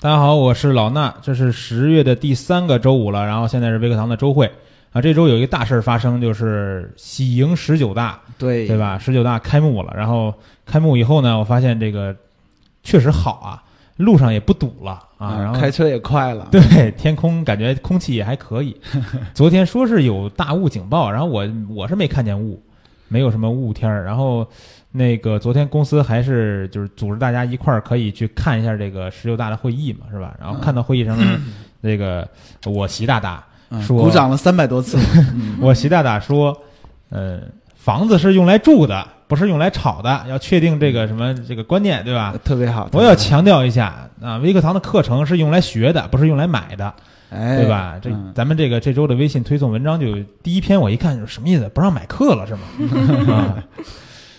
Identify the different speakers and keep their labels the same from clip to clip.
Speaker 1: 大家好，我是老衲，这是十月的第三个周五了，然后现在是微课堂的周会啊。这周有一个大事儿发生，就是喜迎十九大，
Speaker 2: 对
Speaker 1: 对？吧？十九大开幕了，然后开幕以后呢，我发现这个确实好啊，路上也不堵了啊，然后
Speaker 2: 嗯开车也快了，
Speaker 1: 对，天空感觉空气也还可以。昨天说是有大雾警报，然后我我是没看见雾，没有什么雾天儿。然后那个昨天公司还是就是组织大家一块儿可以去看一下这个十九大的会议嘛，是吧？然后看到会议上面，那个我习大大，
Speaker 2: 嗯
Speaker 1: 说
Speaker 2: 鼓掌了三百 多次，嗯
Speaker 1: 我习大大说，呃，房子是用来住的，不是用来炒的，要确定这个什么这个观念，对吧？
Speaker 2: 特别好。
Speaker 1: 我要
Speaker 2: 特别
Speaker 1: 强调一下啊，微课堂的课程是用来学的，不是用来买的。
Speaker 2: 好，哎，
Speaker 1: 对吧？这
Speaker 2: 嗯
Speaker 1: 咱们这个这周的微信推送文章就第一篇，我一看就是什么意思？不让买课了是 吗？啊，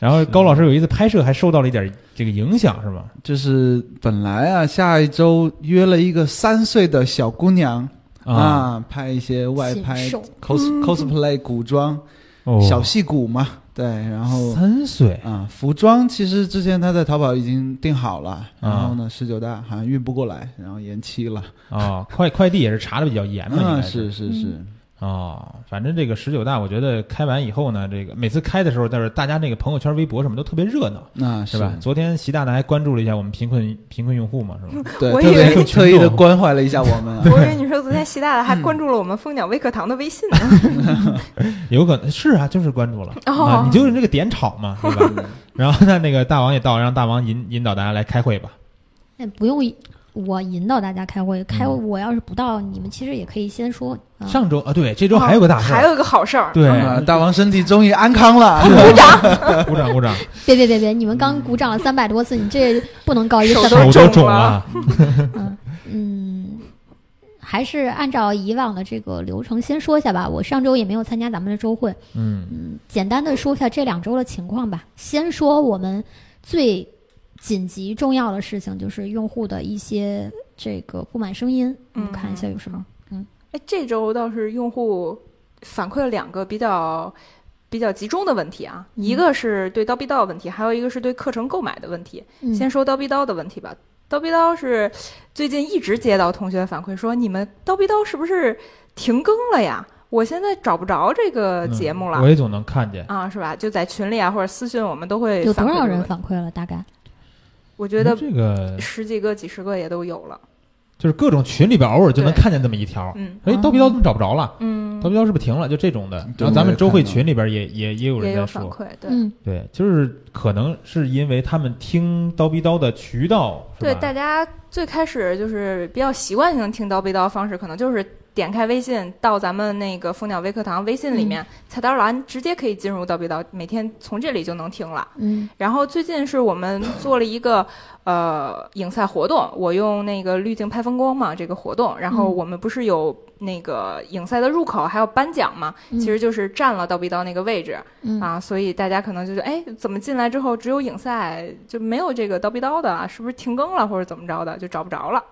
Speaker 1: 然后高老师有一次拍摄还受到了一点这个影响是吗？
Speaker 2: 就是本来啊，下一周约了一个三岁的小姑娘
Speaker 1: 啊，
Speaker 2: 啊，拍一些外拍
Speaker 3: 禽兽
Speaker 2: cos cosplay 古装
Speaker 1: 哦，
Speaker 2: 小戏骨嘛，对，然后
Speaker 1: 三岁
Speaker 2: 啊，服装其实之前他在淘宝已经订好了，然后呢，十九大好像运不过来，然后延期了。
Speaker 1: 啊，快快递也是查的比较严嘛，应
Speaker 2: 嗯，
Speaker 1: 该
Speaker 2: 是是是，
Speaker 1: 哦，反正这个十九大，我觉得开完以后呢，这个每次开的时候，但是大家那个朋友圈、微博什么都特别热闹，
Speaker 2: 那
Speaker 1: 是吧？？昨天习大大还关注了一下我们贫困贫困用户嘛，是吧？
Speaker 2: 对，
Speaker 3: 我
Speaker 2: 特
Speaker 3: 以为
Speaker 2: 别特意的关怀了一下我 们啊。
Speaker 3: 我以为你说昨天习大大还
Speaker 1: 嗯
Speaker 3: 关注了我们蜂鸟微课堂的 微信呢。
Speaker 1: 有可能是啊，就是关注了、
Speaker 3: 哦
Speaker 1: 啊，你就是那个点炒 嘛，对吧？然后呢，那个大王也到，让大王引引导大家来开会吧。
Speaker 4: 哎，不用我引导大家开会，开会我要是不到，你们其实也可以先说。啊、
Speaker 1: 上周啊，对，这周还有个大事
Speaker 3: 还
Speaker 1: 儿，
Speaker 3: 有个好事儿，
Speaker 1: 对，
Speaker 2: 啊，大王身体终于安 康了。
Speaker 1: 鼓掌鼓 掌，
Speaker 4: 别别别别，你们刚鼓掌了三百多次，你这不能高一
Speaker 3: 手
Speaker 4: 三
Speaker 3: 都
Speaker 4: 百。
Speaker 1: 手都
Speaker 3: 肿
Speaker 1: 肿
Speaker 3: 了
Speaker 1: 了。
Speaker 4: 嗯，还是按照以往的这个流程先说一下吧。我上周也没有参加咱们的周会，
Speaker 1: 嗯
Speaker 4: 简单的说一下这两周的情况吧。先说我们最紧急重要的事情，就是用户的一些这个不满声音，
Speaker 3: 嗯
Speaker 4: 我们看一下有什么。
Speaker 3: 哎，这周倒是用户反馈了两个比较比较集中的问题啊，
Speaker 4: 嗯
Speaker 3: 一个是对刀逼刀的问题，还有一个是对课程购买的问题。
Speaker 4: 嗯
Speaker 3: 先说刀逼刀的问题吧。刀逼刀是最近一直接到同学反馈说，你们刀逼刀是不是停更了呀？我现在找不着这个
Speaker 1: 嗯，
Speaker 3: 节目了、
Speaker 1: 我也总能看见。
Speaker 3: 啊，是吧？就在群里啊或者私信，我们都会
Speaker 4: 有
Speaker 3: 反
Speaker 4: 多
Speaker 3: 馈
Speaker 4: 少
Speaker 3: 这个
Speaker 4: 人
Speaker 3: 问题？
Speaker 4: 反馈了？大概
Speaker 3: 我觉得
Speaker 1: 嗯这个
Speaker 3: 十几个、几十个也都有了。
Speaker 1: 就是各种群里边偶尔就能
Speaker 3: 对
Speaker 1: 看见这么一条，
Speaker 3: 嗯
Speaker 1: 哎，刀逼刀怎么找不着了？
Speaker 3: 嗯
Speaker 1: 刀，逼刀是不是停了？就这种的。
Speaker 2: 对
Speaker 1: 然后咱们周
Speaker 2: 我
Speaker 1: 会
Speaker 2: 也看到
Speaker 1: 群里边也也也有
Speaker 3: 也
Speaker 1: 人
Speaker 3: 有
Speaker 1: 在
Speaker 3: 反
Speaker 1: 说，
Speaker 3: 馈，对。
Speaker 4: 嗯，
Speaker 1: 对，就是可能是因为他们听刀逼刀的渠道是
Speaker 3: 对，
Speaker 1: 吧
Speaker 3: 大家最开始就是比较习惯性听叨背叨方式，可能就是点开微信到咱们那个蜂鸟微课堂微信
Speaker 4: 嗯
Speaker 3: 里面、菜单栏直接可以进入叨背叨，每天从这里就能听了。
Speaker 4: 嗯
Speaker 3: 然后最近是我们做了一个呃影赛活动，我用那个滤镜拍风光嘛这个活动，然后
Speaker 4: 嗯
Speaker 3: 我们不是有那个影赛的入口还有颁奖嘛，
Speaker 4: 嗯
Speaker 3: 其实就是占了叨逼叨那个位置，
Speaker 4: 嗯
Speaker 3: 啊，所以大家可能就觉得，哎，怎么进来之后只有影赛就没有这个刀逼刀的啊？是不是停更了或者怎么着的，就找不着了？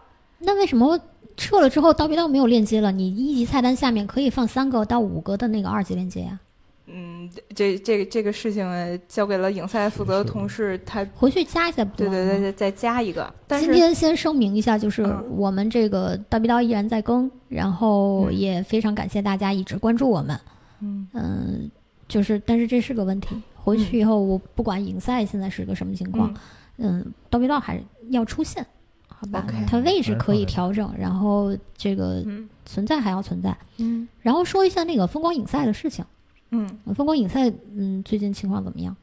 Speaker 4: 那为什么撤了之后刀逼刀没有链接了？你一级菜单下面可以放三个到五个的那个二级链接呀、
Speaker 3: 嗯，这这个这个事情呃交给了影赛负责的同事，他
Speaker 4: 回去加一下不就
Speaker 3: 对
Speaker 4: 完
Speaker 3: 对
Speaker 4: 了
Speaker 3: 对
Speaker 4: 吗
Speaker 3: 对，再加一个。但
Speaker 4: 今
Speaker 3: 是
Speaker 4: 天先声明一下，就是
Speaker 3: 嗯
Speaker 4: 我们这个刀逼刀依然在更，然后
Speaker 3: 嗯
Speaker 4: 也非常感谢大家一直关注我们。
Speaker 3: 嗯，
Speaker 4: 嗯，就是但是这是个问题，回去以后我不管影赛现在是个什么情况，嗯，刀逼刀还是要出现，好吧
Speaker 3: OK？
Speaker 4: 它位置
Speaker 1: 还是
Speaker 4: 可
Speaker 1: 放在
Speaker 4: 以调整，然后这个
Speaker 3: 嗯
Speaker 4: 存在还要存在。
Speaker 3: 嗯
Speaker 4: 然后说一下那个风光影赛的事情。
Speaker 3: 嗯，
Speaker 4: 风光影赛，嗯，最近情况怎么样？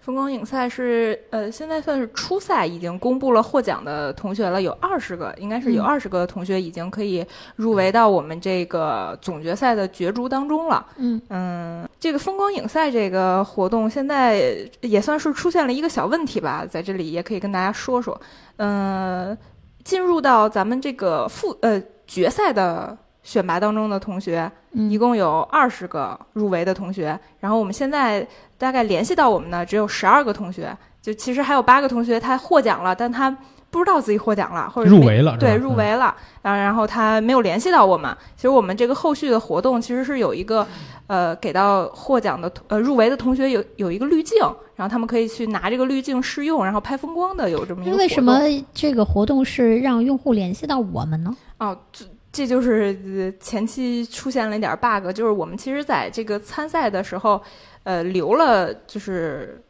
Speaker 3: 风光影赛是呃，现在算是初赛，已经公布了获奖的同学了，有二十个，应该是
Speaker 4: 嗯
Speaker 3: 有二十个同学已经可以入围到我们这个总决赛的角逐当中了。
Speaker 4: 嗯
Speaker 3: 嗯，这个风光影赛这个活动现在也算是出现了一个小问题吧，在这里也可以跟大家说说。嗯，进入到咱们这个复呃决赛的选拔当中的同学，
Speaker 4: 嗯
Speaker 3: 一共有二十个入围的同学，然后我们现在大概联系到我们呢，只有十二个同学，就其实还有八个同学他获奖了，但他不知道自己获奖了，或者
Speaker 1: 入
Speaker 3: 没
Speaker 1: 围了是吧嗯
Speaker 3: 对，入围了，然后然后他没有联系到我们。其实我们这个后续的活动其实是有一个，呃，给到获奖的呃入围的同学有有一个滤镜，然后他们可以去拿这个滤镜试用，然后拍风光的有这么一个活动。
Speaker 4: 为什么这个活动是让用户联系到我们呢？
Speaker 3: 哦，这这就是呃前期出现了一点儿 bug，就是我们其实在这个参赛的时候，呃，留了就是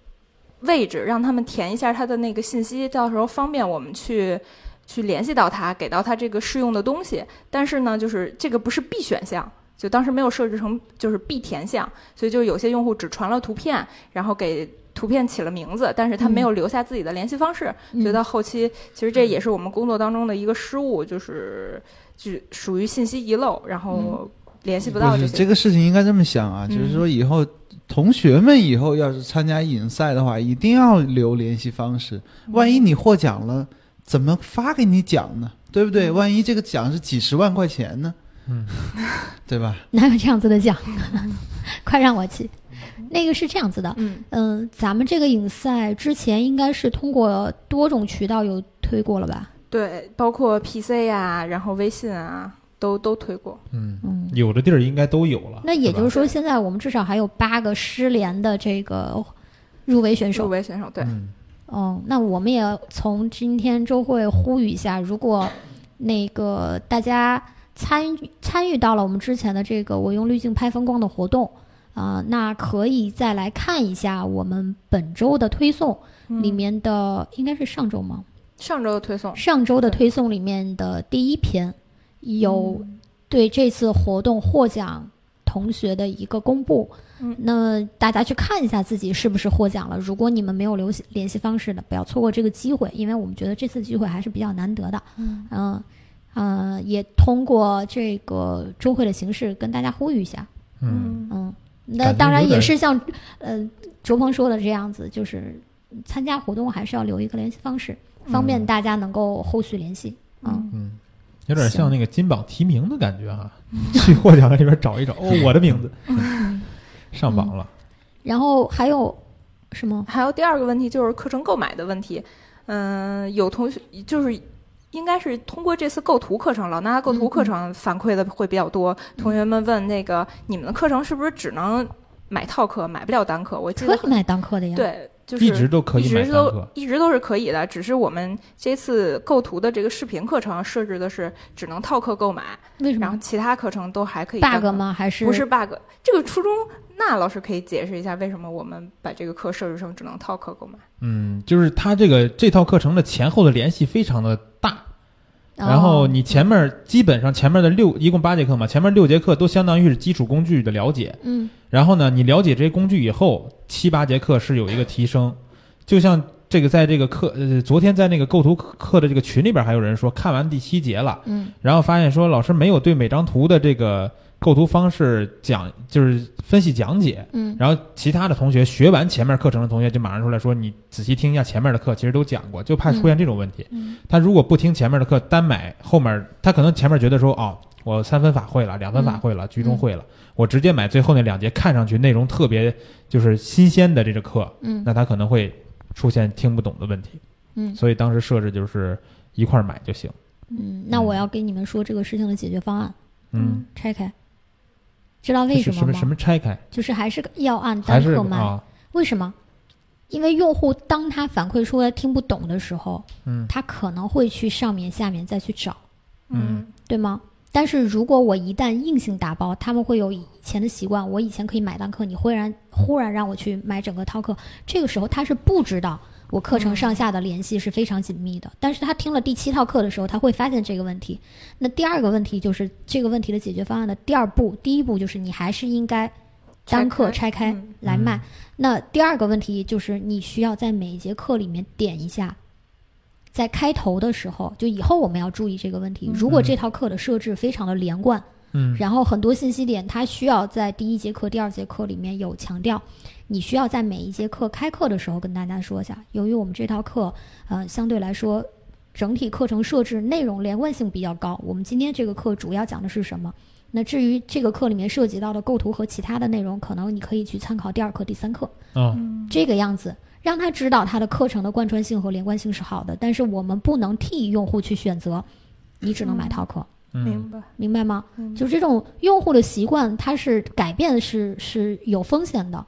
Speaker 3: 位置，让他们填一下他的那个信息，到时候方便我们去去联系到他，给到他这个试用的东西。但是呢，就是这个不是必选项。就当时没有设置成就是必填项，所以就有些用户只传了图片，然后给图片起了名字，但是他没有留下自己的联系方式，所以
Speaker 4: 嗯
Speaker 3: 到后期其实这也是我们工作当中的一个失误，就是就属于信息遗漏，然后联系不到
Speaker 2: 不
Speaker 3: 这
Speaker 2: 是
Speaker 3: 些。
Speaker 2: 这个事情应该这么想啊，
Speaker 3: 嗯
Speaker 2: 就是说以后同学们以后要是参加影赛的话，一定要留联系方式，
Speaker 3: 嗯
Speaker 2: 万一你获奖了，怎么发给你奖呢？对不对？
Speaker 3: 嗯
Speaker 2: 万一这个奖是几十万块钱呢？
Speaker 1: 嗯，
Speaker 2: 对吧？
Speaker 4: 哪有这样子的奖？ 快让我去。那个是这样子的，
Speaker 3: 嗯
Speaker 4: 嗯、咱们这个影赛之前应该是通过多种渠道有推过了吧？
Speaker 3: 对，包括 PC 啊，然后微信啊，都都推过。
Speaker 1: 嗯，
Speaker 4: 嗯，
Speaker 1: 有的地儿应该都有了。
Speaker 4: 那也就是
Speaker 1: 吧
Speaker 4: 说，现在我们至少还有八个失联的这个入围选
Speaker 3: 入
Speaker 4: 手。
Speaker 3: 围选手对，
Speaker 1: 嗯
Speaker 4: 哦，那我们也从今天周会呼吁一下，如果那个大家参与参与到了我们之前的这个“我用滤镜拍风光”的活动，啊、那可以再来看一下我们本周的推送
Speaker 3: 嗯
Speaker 4: 里面的，应该是上周吗？
Speaker 3: 上周的推送
Speaker 4: 上周的推送里面的第一篇有对这次活动获奖同学的一个公布。
Speaker 3: 嗯
Speaker 4: 那大家去看一下自己是不是获奖了。如果你们没有留系联系方式的，不要错过这个机会，因为我们觉得这次机会还是比较难得的。
Speaker 3: 嗯
Speaker 4: 嗯、呃也通过这个周会的形式跟大家呼吁一下。
Speaker 1: 嗯，
Speaker 4: 嗯，那
Speaker 1: 感觉
Speaker 4: 当然
Speaker 1: 有
Speaker 4: 也
Speaker 1: 点
Speaker 4: 是像呃卓鹏说的这样子，就是参加活动还是要留一个联系方式，方便
Speaker 1: 嗯
Speaker 4: 大家能够后续联系。嗯，
Speaker 1: 嗯，有点像那个金榜题名的感觉啊，
Speaker 3: 嗯
Speaker 1: 去获奖的里边找一找， 哦，我的名字上榜
Speaker 3: 嗯
Speaker 1: 了。
Speaker 4: 然后还有什么？
Speaker 3: 还有第二个问题就是课程购买的问题，嗯、有同学就是应该是通过这次构图课程，老衲构图
Speaker 4: 嗯
Speaker 3: 课程反馈的会比较多，同学们问那个你们的课程是不是只能买套课，买不了单课？我记
Speaker 4: 可
Speaker 3: 得
Speaker 4: 以买单课的呀。，
Speaker 3: 对，就是
Speaker 1: 一直都可
Speaker 3: 一
Speaker 1: 以买
Speaker 3: 直
Speaker 1: 单
Speaker 3: 都
Speaker 1: 课，
Speaker 3: 一直都是可以的，只是我们这次构图的这个视频课程设置的是只能套课购买，
Speaker 4: 为什
Speaker 3: 然后
Speaker 4: 么
Speaker 3: 其他课程都还可以单课
Speaker 4: 嗯？bug 吗？还是哦
Speaker 3: 不是 bug，这个初衷，那老师可以解释一下为什么我们把这个课设置成只能套课购买？
Speaker 1: 嗯，就是它这个这套课程的前后的联系非常的大，
Speaker 4: 哦
Speaker 1: 然后你前面基本上前面的六一共八节课嘛，前面六节课都相当于是基础工具的了解，
Speaker 4: 嗯
Speaker 1: 然后呢，你了解这些工具以后，七八节课是有一个提升，就像这个在这个课呃昨天在那个构图课的这个群里边还有人说看完第七节了。
Speaker 4: 嗯
Speaker 1: 然后发现说老师没有对每张图的这个构图方式讲，就是分析讲解。
Speaker 4: 嗯
Speaker 1: 然后其他的同学学完前面课程的同学就马上出来说，你仔细听一下前面的课，其实都讲过，就怕出现这种问题。
Speaker 4: 嗯
Speaker 1: 他如果不听前面的课，单买后面，他可能前面觉得说哦，我三分法会了，两分
Speaker 4: 嗯
Speaker 1: 法会了，居中会了，我直接买最后那两节，看上去内容特别就是新鲜的这个课，
Speaker 4: 嗯
Speaker 1: 那他可能会出现听不懂的问题。
Speaker 4: 嗯
Speaker 1: 所以当时设置就是一块儿买就行。
Speaker 4: 嗯，那我要跟你们说这个事情的解决方案，
Speaker 1: 嗯。
Speaker 4: 拆开。知道嗯为
Speaker 1: 是
Speaker 4: 什么
Speaker 1: 么
Speaker 4: 吗？
Speaker 1: 什么拆开？
Speaker 4: 就是还是要按
Speaker 1: 还
Speaker 4: 单
Speaker 1: 是
Speaker 4: 课卖。
Speaker 1: 啊，
Speaker 4: 为什么？因为用户当他反馈出来听不懂的时候，
Speaker 1: 嗯
Speaker 4: 他可能会去上面、下面再去找，
Speaker 1: 嗯
Speaker 4: 对吗？但是如果我一旦硬性打包，他们会有以前的习惯，我以前可以买单课，你忽然忽然让我去买整个套课，这个时候他是不知道我课程上下的联系是非常紧密的。但是他听了第七套课的时候，他会发现这个问题。那第二个问题就是这个问题的解决方案的第二步，第一步就是你还是应该单课拆开
Speaker 3: 嗯
Speaker 4: 来卖。那第二个问题就是，你需要在每一节课里面点一下，在开头的时候，就以后我们要注意这个问题。如果这套课的设置非常的连贯，
Speaker 1: 嗯
Speaker 4: 然后很多信息点它需要在第一节课、第二节课里面有强调，你需要在每一节课开课的时候跟大家说一下。由于我们这套课，呃，相对来说。整体课程设置内容连贯性比较高。我们今天这个课主要讲的是什么？那至于这个课里面涉及到的构图和其他的内容，可能你可以去参考第二课、第三课。
Speaker 3: 嗯
Speaker 1: 啊，
Speaker 4: 这个样子。让他知道他的课程的贯穿性和连贯性是好的，但是我们不能替用户去选择，你只能买
Speaker 3: 嗯
Speaker 4: 套课，
Speaker 1: 嗯
Speaker 3: 明白，
Speaker 4: 明白吗？
Speaker 3: 嗯
Speaker 4: 就这种用户的习惯，它是改变是是有风险的，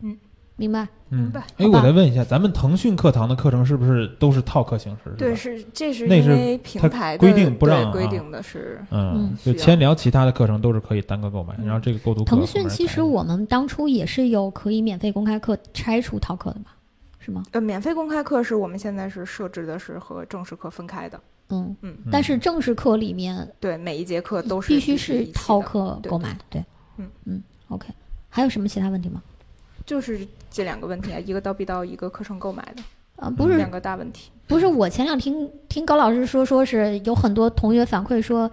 Speaker 3: 嗯，
Speaker 4: 明白？
Speaker 3: 明
Speaker 1: 嗯
Speaker 3: 白。
Speaker 1: 哎，我再问一下，咱们腾讯课堂的课程是不是都是套课形式？是吧
Speaker 3: 对，是这是
Speaker 1: 那
Speaker 3: 因
Speaker 1: 是
Speaker 3: 为平
Speaker 1: 它
Speaker 3: 台的
Speaker 1: 规定不
Speaker 3: 对
Speaker 1: 让
Speaker 3: 规
Speaker 1: 啊
Speaker 3: 定的是，
Speaker 1: 嗯
Speaker 4: 嗯，
Speaker 1: 就
Speaker 3: 需要
Speaker 1: 千聊其他的课程都是可以单个购买，然后这个购读课后
Speaker 4: 腾
Speaker 1: 面
Speaker 4: 讯
Speaker 1: 改
Speaker 4: 其实
Speaker 1: 的
Speaker 4: 我们当初也是有可以免费公开课拆除套课的嘛，是吗？
Speaker 3: 呃，免费公开课是我们现在是设置的是和正式课分开的，
Speaker 4: 嗯，
Speaker 3: 嗯，
Speaker 1: 嗯
Speaker 4: 但是正式课里面
Speaker 3: 对，每一节课都是
Speaker 4: 必须
Speaker 3: 是
Speaker 4: 是套课购买，对，
Speaker 3: 嗯
Speaker 4: 嗯，OK。还有什么其他问题吗？
Speaker 3: 就是这两个问题啊，一个到 B 到一个课程购买的，
Speaker 4: 啊，
Speaker 1: 嗯
Speaker 4: 不是
Speaker 3: 两个大问题。
Speaker 4: 不是，我前两听听高老师说，说是有很多同学反馈说，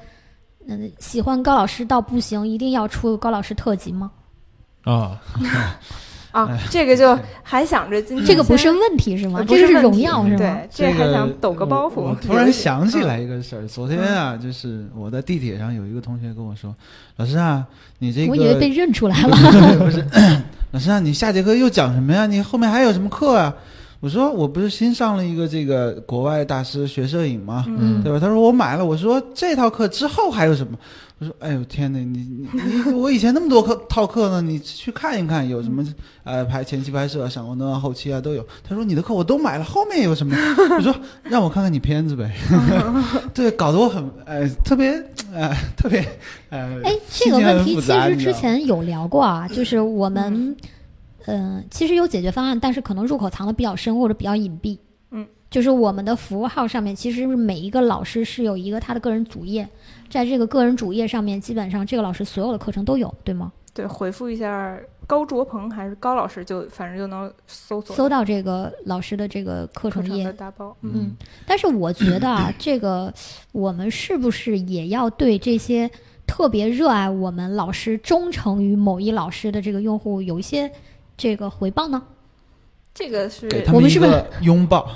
Speaker 4: 嗯，喜欢高老师到不行，一定要出高老师特辑吗？
Speaker 1: 啊，
Speaker 3: 啊，这个就还想着今天
Speaker 4: 这个不是
Speaker 3: 先
Speaker 4: 问题是吗
Speaker 3: 呃？不
Speaker 4: 这个
Speaker 3: 是
Speaker 4: 是
Speaker 3: 问
Speaker 4: 荣
Speaker 3: 题
Speaker 4: 耀是吗？
Speaker 3: 对，这还想抖个包
Speaker 2: 我。我
Speaker 3: 袱。嗯
Speaker 2: 突然想起来一个事儿，昨天啊，就是我在地铁上有一个同学跟我说：“老师啊，你这个
Speaker 4: 我以为被认出 来了。
Speaker 2: 不是， 老师啊，你下节课又讲什么呀？你后面还有什么课啊？”我说：“我不是新上了一个这个国外大师学摄影吗？
Speaker 1: 嗯
Speaker 2: 对吧？他说我买了，我说这套课之后还有什么？我说哎呦天哪，你你你，我以前那么多课套课呢，你去看一看有什么呃拍前期拍摄、闪光灯啊、后期啊都有。他说你的课我都买了，后面有什么？ 我说让我看看你片子呗。 对，搞得我很呃特别呃特别呃
Speaker 4: 哎，这
Speaker 2: 心
Speaker 4: 个
Speaker 2: 情
Speaker 4: 问
Speaker 2: 很
Speaker 4: 题
Speaker 2: 复
Speaker 4: 其
Speaker 2: 杂。
Speaker 4: 实
Speaker 2: 你知
Speaker 4: 之
Speaker 2: 道吗
Speaker 4: 前有聊过啊，就是我们，嗯，其实有解决方案，但是可能入口藏的比较深或者比较隐蔽。
Speaker 3: 嗯，
Speaker 4: 就是我们的服务号上面，其实是每一个老师是有一个他的个人主页，在这个个人主页上面，基本上这个老师所有的课程都有，对吗？
Speaker 3: 对，回复一下高卓鹏还是高老师就，反正就能搜索
Speaker 4: 搜到这个老师的这个课
Speaker 3: 课
Speaker 4: 程
Speaker 3: 程
Speaker 4: 页
Speaker 3: 的，大包。嗯
Speaker 4: 嗯，但是我觉得啊，这个我们是不是也要对这些特别热爱我们老师、忠诚于某一老师的这个用户有一些这个回报呢？
Speaker 3: 这个是
Speaker 2: 给他
Speaker 4: 我
Speaker 2: 们
Speaker 4: 们
Speaker 2: 一
Speaker 4: 是不是
Speaker 2: 个拥抱。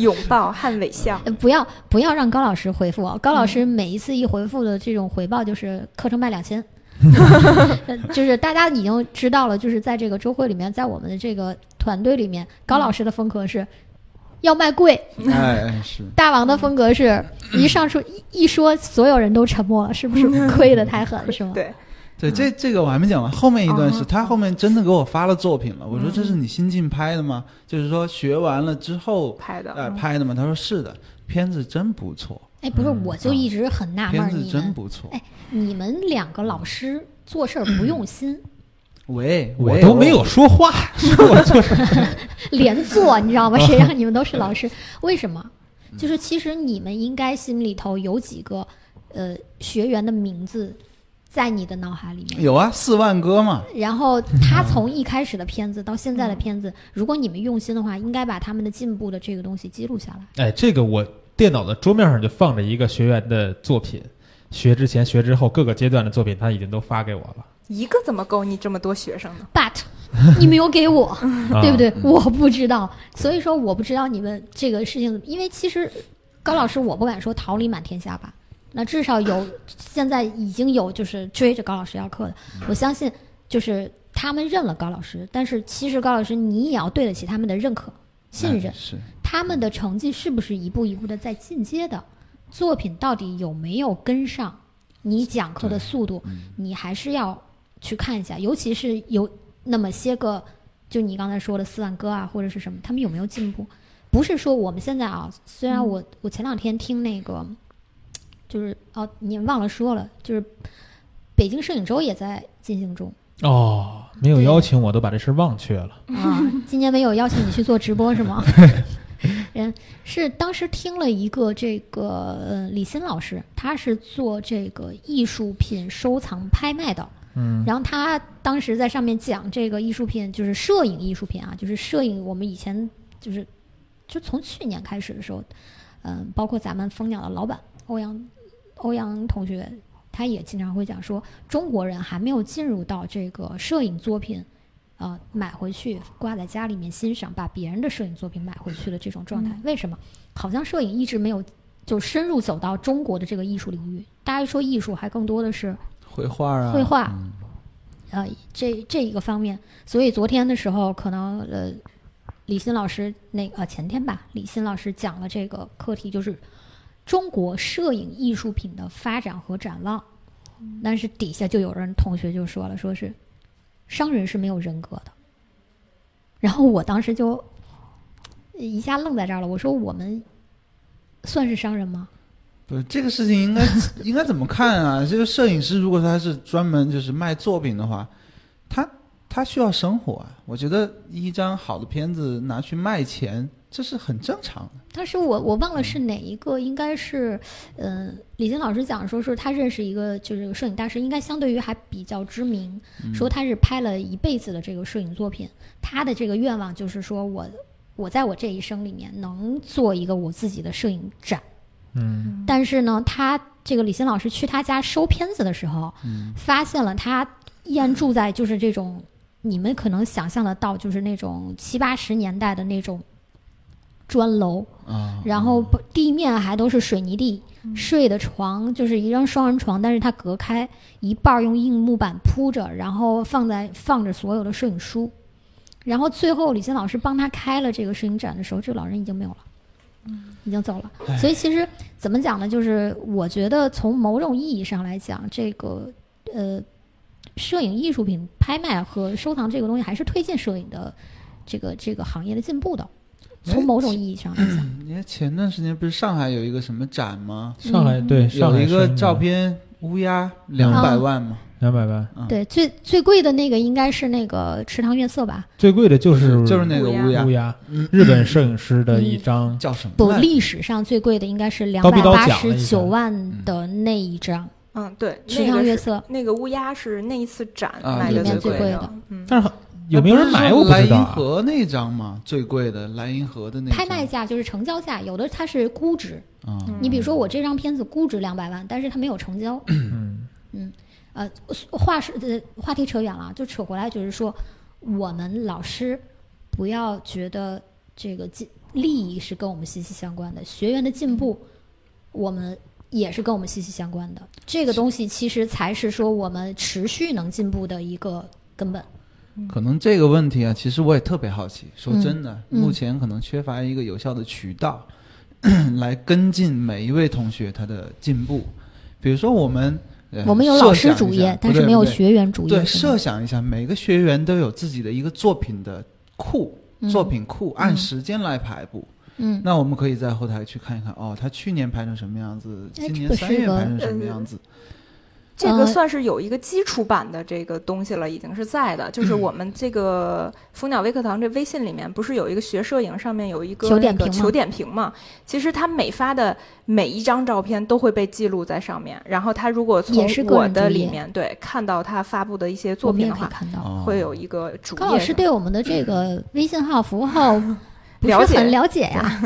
Speaker 3: 拥抱和微笑。
Speaker 4: 呃不要不要让高老师回复我，高老师每一次一回复的这种回报就是课程卖两千。呃就是大家已经知道了，就是在这个周会里面，在我们的这个团队里面，高老师的风格是要卖贵，
Speaker 2: 哎哎是。
Speaker 4: 大王的风格是一上说一一说，所有人都沉默了，是不是亏的太狠，
Speaker 2: 嗯
Speaker 4: 是吗？
Speaker 3: 对，
Speaker 2: 对，这
Speaker 4: 嗯
Speaker 2: 这个我还没讲完，后面一段
Speaker 3: 啊
Speaker 2: 是他后面真的给我发了作品了。
Speaker 4: 嗯
Speaker 2: 我说这是你新近拍的吗？就是说学完了之后
Speaker 3: 拍的。
Speaker 2: 呃
Speaker 3: 嗯
Speaker 2: 拍的吗？他说是的，片子真不错，
Speaker 4: 哎，不是，
Speaker 1: 嗯
Speaker 4: 我就一直很纳闷
Speaker 2: 啊片
Speaker 4: 儿，
Speaker 2: 子
Speaker 4: 你
Speaker 2: 真
Speaker 4: 们
Speaker 2: 不错。
Speaker 4: 哎你们两个老师做事儿不用心，
Speaker 2: 喂，
Speaker 1: 我
Speaker 2: 喂
Speaker 1: 都没有说话，我 就是
Speaker 4: 连坐，你 知道吗？谁让你们都是老师？为什么？
Speaker 2: 嗯
Speaker 4: 就是其实你们应该心里头有几个呃学员的名字在你的脑海里面。
Speaker 2: 有啊，四万哥嘛，
Speaker 4: 然后他从一开始的片子到现在的片子，如果你们用心的话，应该把他们的进步的这个东西记录下来。
Speaker 1: 哎，这个我电脑的桌面上就放着一个学员的作品，学之前、学之后各个阶段的作品，他已经都发给我了，
Speaker 3: 嗯一个怎么够你这么多学生呢？
Speaker 4: But 你没有给我，
Speaker 1: 啊
Speaker 4: 嗯对不？对？我不知道，所以说我不知道你们这个事情，因为其实高老师我不敢说桃李满天下吧，那至少有 现在已经有就是追着高老师要课的，我相信就是他们认了高老师，但是其实高老师你也要对得起他们的认可、信任
Speaker 2: 哎，是
Speaker 4: 他们的成绩是不是一步一步的在进阶的，作品到底有没有跟上你讲课的速度，你还是要去看一下，尤其是有那么些个，就你刚才说的四万哥啊或者是什么，他们有没有进步？不是说我们现在啊，虽然我、我前两天听那个，就是哦，你忘了说了，就是北京摄影周也在进行中。
Speaker 1: 哦，没有邀请我都把这事儿忘却了。
Speaker 4: 啊， 今年没有邀请你去做直播是吗？人是当时听了一个这个呃李欣老师，他是做这个艺术品收藏拍卖的，
Speaker 1: 嗯
Speaker 4: 然后他当时在上面讲这个艺术品就是摄影艺术品啊，就是摄影我们以前就是就从去年开始的时候，嗯、包括咱们蜂鸟的老板欧阳欧阳同学，他也经常会讲说，中国人还没有进入到这个摄影作品。呃，买回去挂在家里面欣赏，把别人的摄影作品买回去的这种状态，
Speaker 3: 嗯
Speaker 4: 为什么？好像摄影一直没有就深入走到中国的这个艺术领域。大家说艺术，还更多的是
Speaker 2: 绘画啊，
Speaker 4: 绘画
Speaker 2: 嗯
Speaker 4: 呃，这这一个方面，所以昨天的时候，可能呃，李欣老师那个、呃前天吧，李欣老师讲了这个课题，就是中国摄影艺术品的发展和展望。但是底下就有人同学就说了，说是商人是没有人格的。然后我当时就一下愣在这儿了，我说我们算是商人吗？
Speaker 2: 不是这个事情应该 应该怎么看啊？这个摄影师如果他是专门就是卖作品的话，他他需要生活啊。我觉得一张好的片子拿去卖钱，这是很正常的。
Speaker 4: 当时我我忘了是哪一个，应该是，嗯、李欣老师讲说是他认识一个就是摄影大师，应该相对于还比较知名，说他是拍了一辈子的这个摄影作品，他的这个愿望就是说我我在我这一生里面能做一个我自己的摄影展，
Speaker 1: 嗯
Speaker 4: 但是呢，他这个李欣老师去他家收片子的时候，发现了他依然住在就是这种你们可能想象得到，就是那种七八十年代的那种砖楼，
Speaker 2: 啊，
Speaker 4: 然后不地面还都是水泥地，睡的床就是一张双人床，但是它隔开一半儿用硬木板铺着，然后放在放着所有的摄影书。然后最后李欣老师帮他开了这个摄影展的时候，这个老人已经没有了，已经走了。所以其实怎么讲呢？就是我觉得从某种意义上来讲，这个呃，摄影艺术品拍卖和收藏这个东西，还是推进摄影的这个这个行业的进步的。从某种意义上来讲。
Speaker 2: 你看嗯前段时间不是上海有一个什么展吗？
Speaker 1: 上海
Speaker 4: 嗯
Speaker 1: 对上
Speaker 2: 有
Speaker 1: 海嗯
Speaker 2: 一个
Speaker 1: 是
Speaker 2: 照片乌鸦两百万嘛，
Speaker 1: 两百万，
Speaker 4: 对，最最贵的那个应该是那个池塘月色吧？
Speaker 1: 最贵的就是
Speaker 2: 就是那个乌鸦
Speaker 1: 乌，鸦
Speaker 2: 嗯，
Speaker 1: 日本摄影师的一张，
Speaker 2: 叫什么
Speaker 4: 不，
Speaker 2: 来着？
Speaker 4: 历史上最贵的应该是两
Speaker 1: 刀
Speaker 4: 百
Speaker 1: 逼刀
Speaker 4: 八
Speaker 1: 奖了嗯
Speaker 4: 十
Speaker 1: 一
Speaker 4: 九
Speaker 1: 下
Speaker 4: 万的那一张
Speaker 3: 嗯，对，
Speaker 4: 《池
Speaker 3: 那
Speaker 4: 塘
Speaker 3: 个
Speaker 4: 月
Speaker 3: 是
Speaker 4: 色》
Speaker 3: 那个乌鸦是那一次展
Speaker 2: 啊
Speaker 3: 卖的
Speaker 2: 里面最
Speaker 3: 最贵
Speaker 4: 贵的，
Speaker 3: 嗯，
Speaker 1: 但是很有没有人买
Speaker 2: 那
Speaker 1: 我
Speaker 2: 不
Speaker 1: 不
Speaker 2: 是
Speaker 1: 知
Speaker 2: 说
Speaker 1: 道
Speaker 2: 莱茵
Speaker 1: 啊。
Speaker 2: 河那张嘛，最贵的莱茵河的那张
Speaker 4: 拍卖价，就是成交价。有的它是估值，
Speaker 2: 啊，
Speaker 4: 你比如说我这张片子估值两百万，但是它没有成交。
Speaker 1: 嗯
Speaker 4: 呃，话是呃，话题扯远了，就扯回来，就是说我们老师不要觉得这个进利益是跟我们息息相关的，学员的进步我们也是跟我们息息相关的。这个东西其实才是说我们持续能进步的一个根本。
Speaker 2: 可能这个问题啊，其实我也特别好奇。说
Speaker 4: 嗯
Speaker 2: 真的，
Speaker 4: 嗯
Speaker 2: 目前可能缺乏一个有效的渠道、 来跟进每一位同学他的进步。比如说我们，呃
Speaker 4: 我们有老
Speaker 2: 设
Speaker 4: 师
Speaker 2: 想
Speaker 4: 主
Speaker 2: 一下
Speaker 4: 业，但
Speaker 2: 不
Speaker 4: 是
Speaker 2: 对
Speaker 4: 没有
Speaker 2: 不对
Speaker 4: 学员主业。
Speaker 2: 对，
Speaker 4: 是吗
Speaker 2: 设想一下，每个学员都有自己的一个作品的库，
Speaker 4: 嗯
Speaker 2: 作品库按
Speaker 4: 嗯
Speaker 2: 时间来排布。
Speaker 4: 嗯，
Speaker 2: 那我们可以在后台去看一看，哦，他去年排成什么样子，今
Speaker 4: 哎这
Speaker 2: 年
Speaker 4: 个
Speaker 2: 三
Speaker 4: 是
Speaker 2: 月
Speaker 4: 个
Speaker 2: 排成什么样子。
Speaker 3: 这个
Speaker 4: 呃
Speaker 3: 算是有一个基础版的这个东西了，已经是在的。
Speaker 4: 嗯
Speaker 3: 就是我们这个蜂鸟微课堂这微信里面，不是有一个学摄影，上面有一个
Speaker 4: 求
Speaker 3: 那
Speaker 4: 点
Speaker 3: 个
Speaker 4: 评吗
Speaker 3: 求点评嘛？其实他每发的每一张照片都会被记录在上面，然后他如果从
Speaker 4: 也是个
Speaker 3: 我
Speaker 4: 人主
Speaker 3: 的里
Speaker 4: 页
Speaker 3: 面对看到他发布的一些
Speaker 4: 我
Speaker 3: 作
Speaker 4: 们
Speaker 3: 品
Speaker 4: 也
Speaker 3: 的
Speaker 4: 可以
Speaker 3: 话，
Speaker 4: 看到。
Speaker 2: 哦
Speaker 3: 嗯会有一个主页
Speaker 4: 高老师
Speaker 3: 上
Speaker 4: 对我们的这个微信号、符 号不是
Speaker 3: 了解嗯
Speaker 4: 很了解呀、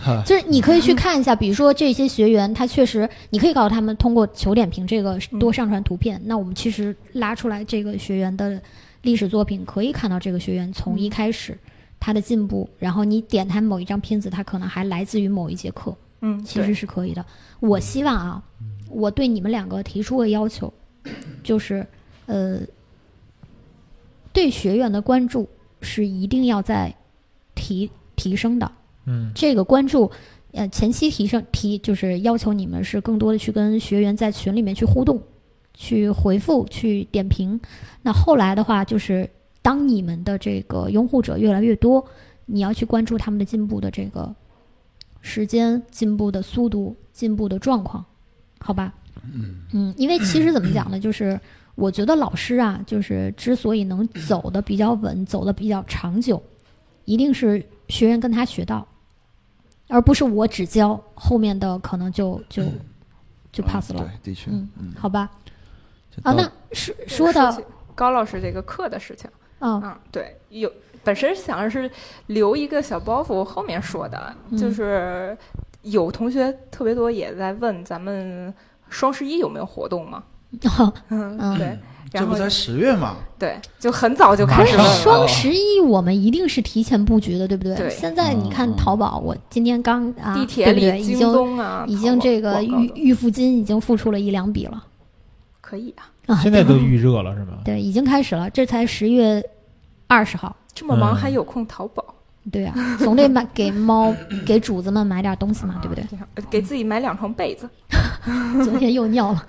Speaker 1: 哈
Speaker 4: 就是你可以去看一下，比如说这些学员，他确实，你可以告诉他们通过求点评这个
Speaker 3: 嗯
Speaker 4: 多上传图片。那我们其实拉出来这个学员的历史作品，可以看到这个学员从
Speaker 3: 嗯
Speaker 4: 一开始他的进步，然后你点他某一张片子，他可能还来自于某一节课。
Speaker 3: 嗯，
Speaker 4: 其
Speaker 3: 对
Speaker 4: 实是可以的。我希望啊，我对你们两个提出个要求，就是呃，对学员的关注是一定要在提提升的。
Speaker 1: 嗯
Speaker 4: 这个关注，呃，前期提升提就是要求你们是更多的去跟学员在群里面去互动，去回复，去点评。那后来的话，就是当你们的这个拥护者越来越多，你要去关注他们的进步的这个时间、进步的速度、进步的状况，好吧？嗯，因为其实怎么讲呢，就是我觉得老师啊，就是之所以能走的比较稳，走的比较长久，一定是学员跟他学到，而不是我只教，后面的可能就就就 pass 了
Speaker 2: 嗯，对，的确，
Speaker 4: 嗯
Speaker 2: 嗯，
Speaker 4: 好吧？
Speaker 2: 这
Speaker 4: 啊，
Speaker 2: 到
Speaker 4: 那说说到
Speaker 3: 起高老师这个课的事情。
Speaker 4: 啊，
Speaker 3: 嗯，对，有本身想着是留一个小包袱，后面说的，就
Speaker 4: 嗯
Speaker 3: 是有同学特别多也在问咱们双十一有没有活动嘛？嗯，
Speaker 4: 嗯
Speaker 3: 对，
Speaker 2: 这
Speaker 3: 然
Speaker 2: 不
Speaker 3: 后
Speaker 2: 才十月嘛？
Speaker 3: 对，就很早就开
Speaker 4: 不
Speaker 3: 始
Speaker 4: 是
Speaker 3: 问
Speaker 2: 马上
Speaker 4: 双
Speaker 3: 了。
Speaker 4: 十一，我们一定是提前布局的，对不对？
Speaker 3: 对
Speaker 4: 现在你看
Speaker 2: 嗯
Speaker 4: 淘宝，我今天刚啊，
Speaker 3: 地铁
Speaker 4: 对不对
Speaker 3: 里、
Speaker 4: 已
Speaker 3: 京
Speaker 4: 经
Speaker 3: 东啊，
Speaker 4: 已
Speaker 3: 淘
Speaker 4: 经
Speaker 3: 宝
Speaker 4: 这个
Speaker 3: 广告
Speaker 4: 预
Speaker 3: 的
Speaker 4: 预付金已经付出了一两笔了
Speaker 3: 可以啊，
Speaker 4: 啊，
Speaker 1: 现在都预热了是吗？
Speaker 4: 对，已经开始了，这才十月二十号，
Speaker 3: 这么忙
Speaker 1: 嗯
Speaker 3: 还有空淘宝？
Speaker 4: 对啊，总得买给猫给主子们买点东西嘛，嗯对不对？
Speaker 3: 给自己买两床被子
Speaker 4: 昨天又尿了，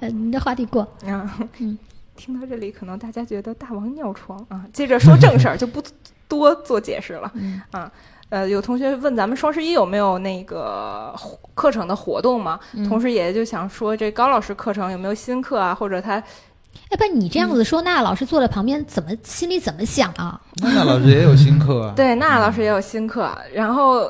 Speaker 4: 呃，你这话题过。
Speaker 3: 啊
Speaker 4: 嗯。
Speaker 3: 听到这里，可能大家觉得大王尿床啊，接着说正事儿，就不多做解释了。
Speaker 4: 嗯，
Speaker 3: 呃，有同学问咱们双十一有没有那个活课程的活动嘛？
Speaker 4: 嗯
Speaker 3: 同时也就想说，这高老师课程有没有新课啊？或者他
Speaker 4: 哎，不，你这样子说，那老师坐在旁边，怎么心里怎么想啊？
Speaker 2: 娜娜老师也有新课啊，
Speaker 3: 对娜老师也有新课，啊然后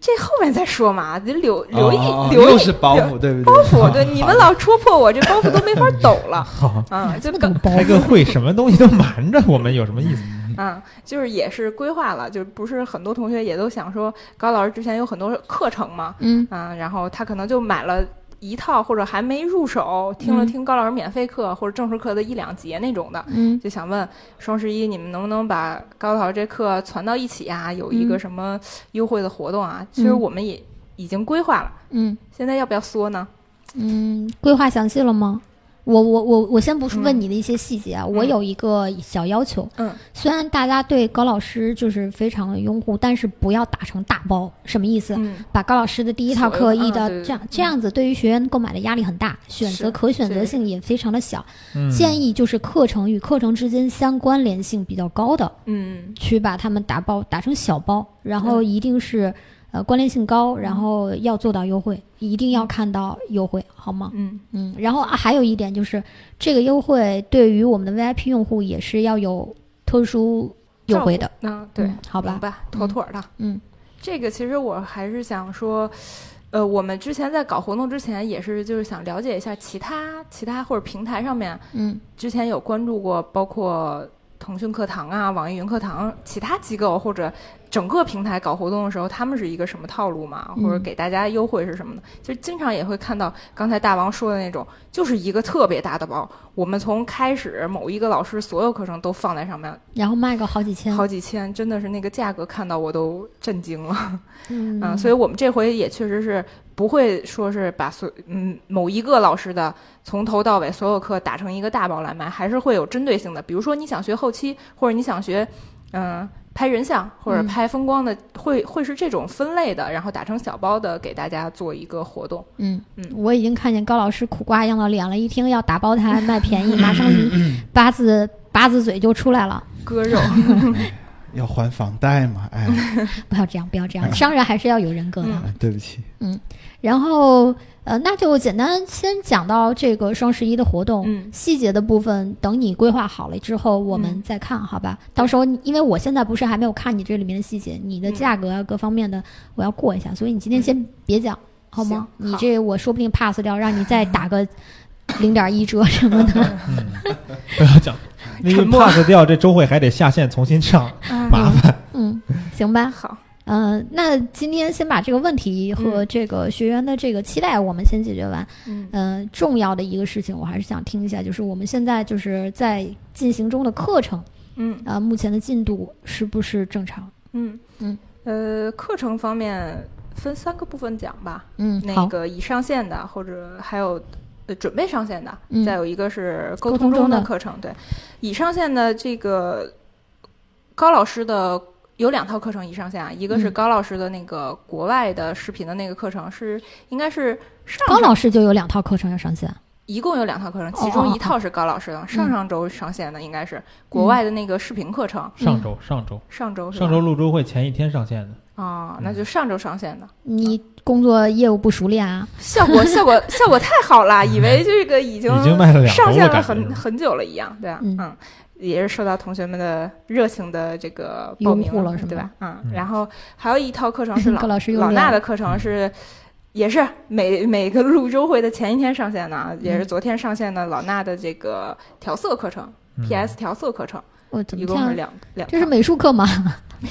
Speaker 3: 这后面再说嘛，得留
Speaker 2: 哦，
Speaker 3: 留意、
Speaker 2: 哦哦
Speaker 3: 留意
Speaker 2: 又是包
Speaker 3: 留
Speaker 2: 袱，对不对？
Speaker 3: 包袱，对你们老戳破我这包袱都没法抖了
Speaker 1: 好，
Speaker 3: 啊！就
Speaker 4: 这么
Speaker 3: 刚
Speaker 4: 多 包
Speaker 1: 开
Speaker 4: 袱，
Speaker 1: 个会，什么东西都瞒着我们，有什么意思？
Speaker 3: 啊，就是也是规划了，就不是很多同学也都想说，高老师之前有很多课程嘛，
Speaker 4: 嗯
Speaker 3: 啊，然后他可能就买了一套或者还没入手，听了
Speaker 4: 嗯
Speaker 3: 听高老师免费课或者正式课的一两节那种的，
Speaker 4: 嗯
Speaker 3: 就想问双十一你们能不能把高老师这课攒到一起呀、有一个
Speaker 4: 嗯
Speaker 3: 什么优惠的活动啊？其实
Speaker 4: 嗯
Speaker 3: 我们也已经规划了，
Speaker 4: 嗯
Speaker 3: 现在要不要缩呢？
Speaker 4: 嗯，规划详细了吗？我我我我先不是问
Speaker 3: 嗯
Speaker 4: 你的一些细节啊，我
Speaker 3: 嗯
Speaker 4: 有一个小要求，
Speaker 3: 嗯，
Speaker 4: 虽然大家对高老师就是非常的拥护，但是不要打成大包，什么意思？
Speaker 3: 嗯，
Speaker 4: 把高老师的第一套
Speaker 3: 所有
Speaker 4: 课
Speaker 3: 嗯
Speaker 4: 译的
Speaker 3: 对对
Speaker 4: 这样
Speaker 3: 嗯
Speaker 4: 这样子，对于学员购买的压力很大，选择
Speaker 3: 是
Speaker 4: 可选择
Speaker 3: 是
Speaker 4: 性也非常的小。
Speaker 1: 嗯，
Speaker 4: 建议就是课程与课程之间相关联性比较高的，
Speaker 3: 嗯
Speaker 4: 去把它们打包打成小包，然后
Speaker 3: 嗯
Speaker 4: 一定是呃关联性高，然后要做到优惠，一定要看到优惠，好吗？
Speaker 3: 嗯
Speaker 4: 嗯，然后、啊、还有一点就是，这个优惠对于我们的 VIP 用户也是要有特殊优惠的，
Speaker 3: 嗯，对，
Speaker 4: 嗯好吧
Speaker 3: 明？白，妥妥的。
Speaker 4: 嗯
Speaker 3: 这个其实我还是想说，呃，我们之前在搞活动之前，也是就是想了解一下其他其他或者平台上面
Speaker 4: 嗯
Speaker 3: 之前有关注过，包括腾讯课堂啊、网易云课堂其他机构或者整个平台搞活动的时候，他们是一个什么套路嘛，
Speaker 4: 嗯
Speaker 3: 或者给大家优惠是什么的？就经常也会看到刚才大王说的那种，就是一个特别大的包，我们从开始某一个老师所有课程都放在上面，
Speaker 4: 然后卖个好几千，
Speaker 3: 好几千，真的是那个价格看到我都震惊了。
Speaker 4: 嗯
Speaker 3: 啊，所以我们这回也确实是不会说是把所嗯某一个老师的从头到尾所有课打成一个大包来卖，还是会有针对性的。比如说你想学后期，或者你想学嗯、呃拍人像或者
Speaker 4: 嗯
Speaker 3: 拍风光的，会会是这种分类的，然后打成小包的给大家做一个活动。
Speaker 4: 嗯
Speaker 3: 嗯，
Speaker 4: 我已经看见高老师苦瓜一样的脸了，一听要打包他还卖便宜，马上八字八字嘴就出来了。
Speaker 3: 割 肉，
Speaker 2: 要还房贷嘛？哎，
Speaker 4: 不要这样，不要这样，商人还是要有人格的。
Speaker 3: 嗯
Speaker 2: 对不起，
Speaker 4: 然后呃，那就简单先讲到这个双十一的活动、
Speaker 3: 嗯
Speaker 4: 细节的部分，等你规划好了之后，我们再看，好吧？到时候你因为我现在不是还没有看你这里面的细节，你的
Speaker 3: 嗯
Speaker 4: 价格啊各方面的，我要过一下，所以你今天先别讲，好吗？
Speaker 3: 行
Speaker 4: 你
Speaker 3: 好
Speaker 4: 这我说不定 pass 掉，让你再打 个零点一折什么的。
Speaker 1: 不要讲，那个
Speaker 3: 沉默
Speaker 1: pass 掉，这周会还得下线重新上，麻烦。
Speaker 4: 嗯，行吧。
Speaker 3: 好，
Speaker 4: 嗯，那今天先把这个问题和
Speaker 3: 嗯
Speaker 4: 这个学员的这个期待我们先解决完。
Speaker 3: 嗯
Speaker 4: 嗯，重要的一个事情，我还是想听一下，就是我们现在就是在进行中的课程，
Speaker 3: 嗯。
Speaker 4: 呃，目前的进度是不是正常？
Speaker 3: 嗯
Speaker 4: 嗯，
Speaker 3: 呃，课程方面分三个部分讲吧。
Speaker 4: 嗯
Speaker 3: 那
Speaker 4: 好
Speaker 3: 个已上线的，或者还有呃准备上线的，
Speaker 4: 嗯
Speaker 3: 再有一个是沟
Speaker 4: 沟通
Speaker 3: 通
Speaker 4: 中
Speaker 3: 中的
Speaker 4: 的
Speaker 3: 课程。对，已上线的这个高老师的有两套课程已上线啊，一个是
Speaker 4: 嗯
Speaker 3: 高老师的那个国外的视频的那个课程是应该是上
Speaker 4: 高
Speaker 3: 上
Speaker 4: 老师就有两套课程要上线。
Speaker 3: 一共有两套课程，其
Speaker 4: 哦
Speaker 3: 中
Speaker 4: 哦
Speaker 3: 一套是高老师的，上上周上线的应该是国外的那个视频课程，
Speaker 1: 上周，上周，
Speaker 3: 上周是吧
Speaker 1: 上周录嗯周会前一天上线的，
Speaker 3: 啊、那就上周上线的。
Speaker 4: 你工作业务不熟练啊？
Speaker 3: 效果效果效果太好了，以为这个已经
Speaker 1: 已经卖了两周
Speaker 3: 上线了
Speaker 1: 感觉
Speaker 3: 很
Speaker 1: 是
Speaker 3: 很久了一样，对啊，
Speaker 4: 嗯
Speaker 3: 嗯。也是受到同学们的热情的这个报名
Speaker 4: 拥护了是吗
Speaker 3: 对吧？嗯，
Speaker 1: 嗯
Speaker 3: 然后还有一套 课程是老
Speaker 4: 高老师又
Speaker 3: 老
Speaker 4: 练
Speaker 3: 衲
Speaker 4: 了
Speaker 3: 的课程是，
Speaker 1: 嗯
Speaker 3: 也是每每个录周会的前一天上线的，啊，也
Speaker 4: 嗯
Speaker 3: 是昨天上线的老衲的这个调色课程
Speaker 1: 嗯
Speaker 3: ，PS 调色课程，
Speaker 4: 我怎
Speaker 3: 一
Speaker 4: 么
Speaker 3: 共
Speaker 4: 这样？
Speaker 3: 是两两
Speaker 4: 这是
Speaker 3: 堂，
Speaker 4: 美术课吗？
Speaker 3: 不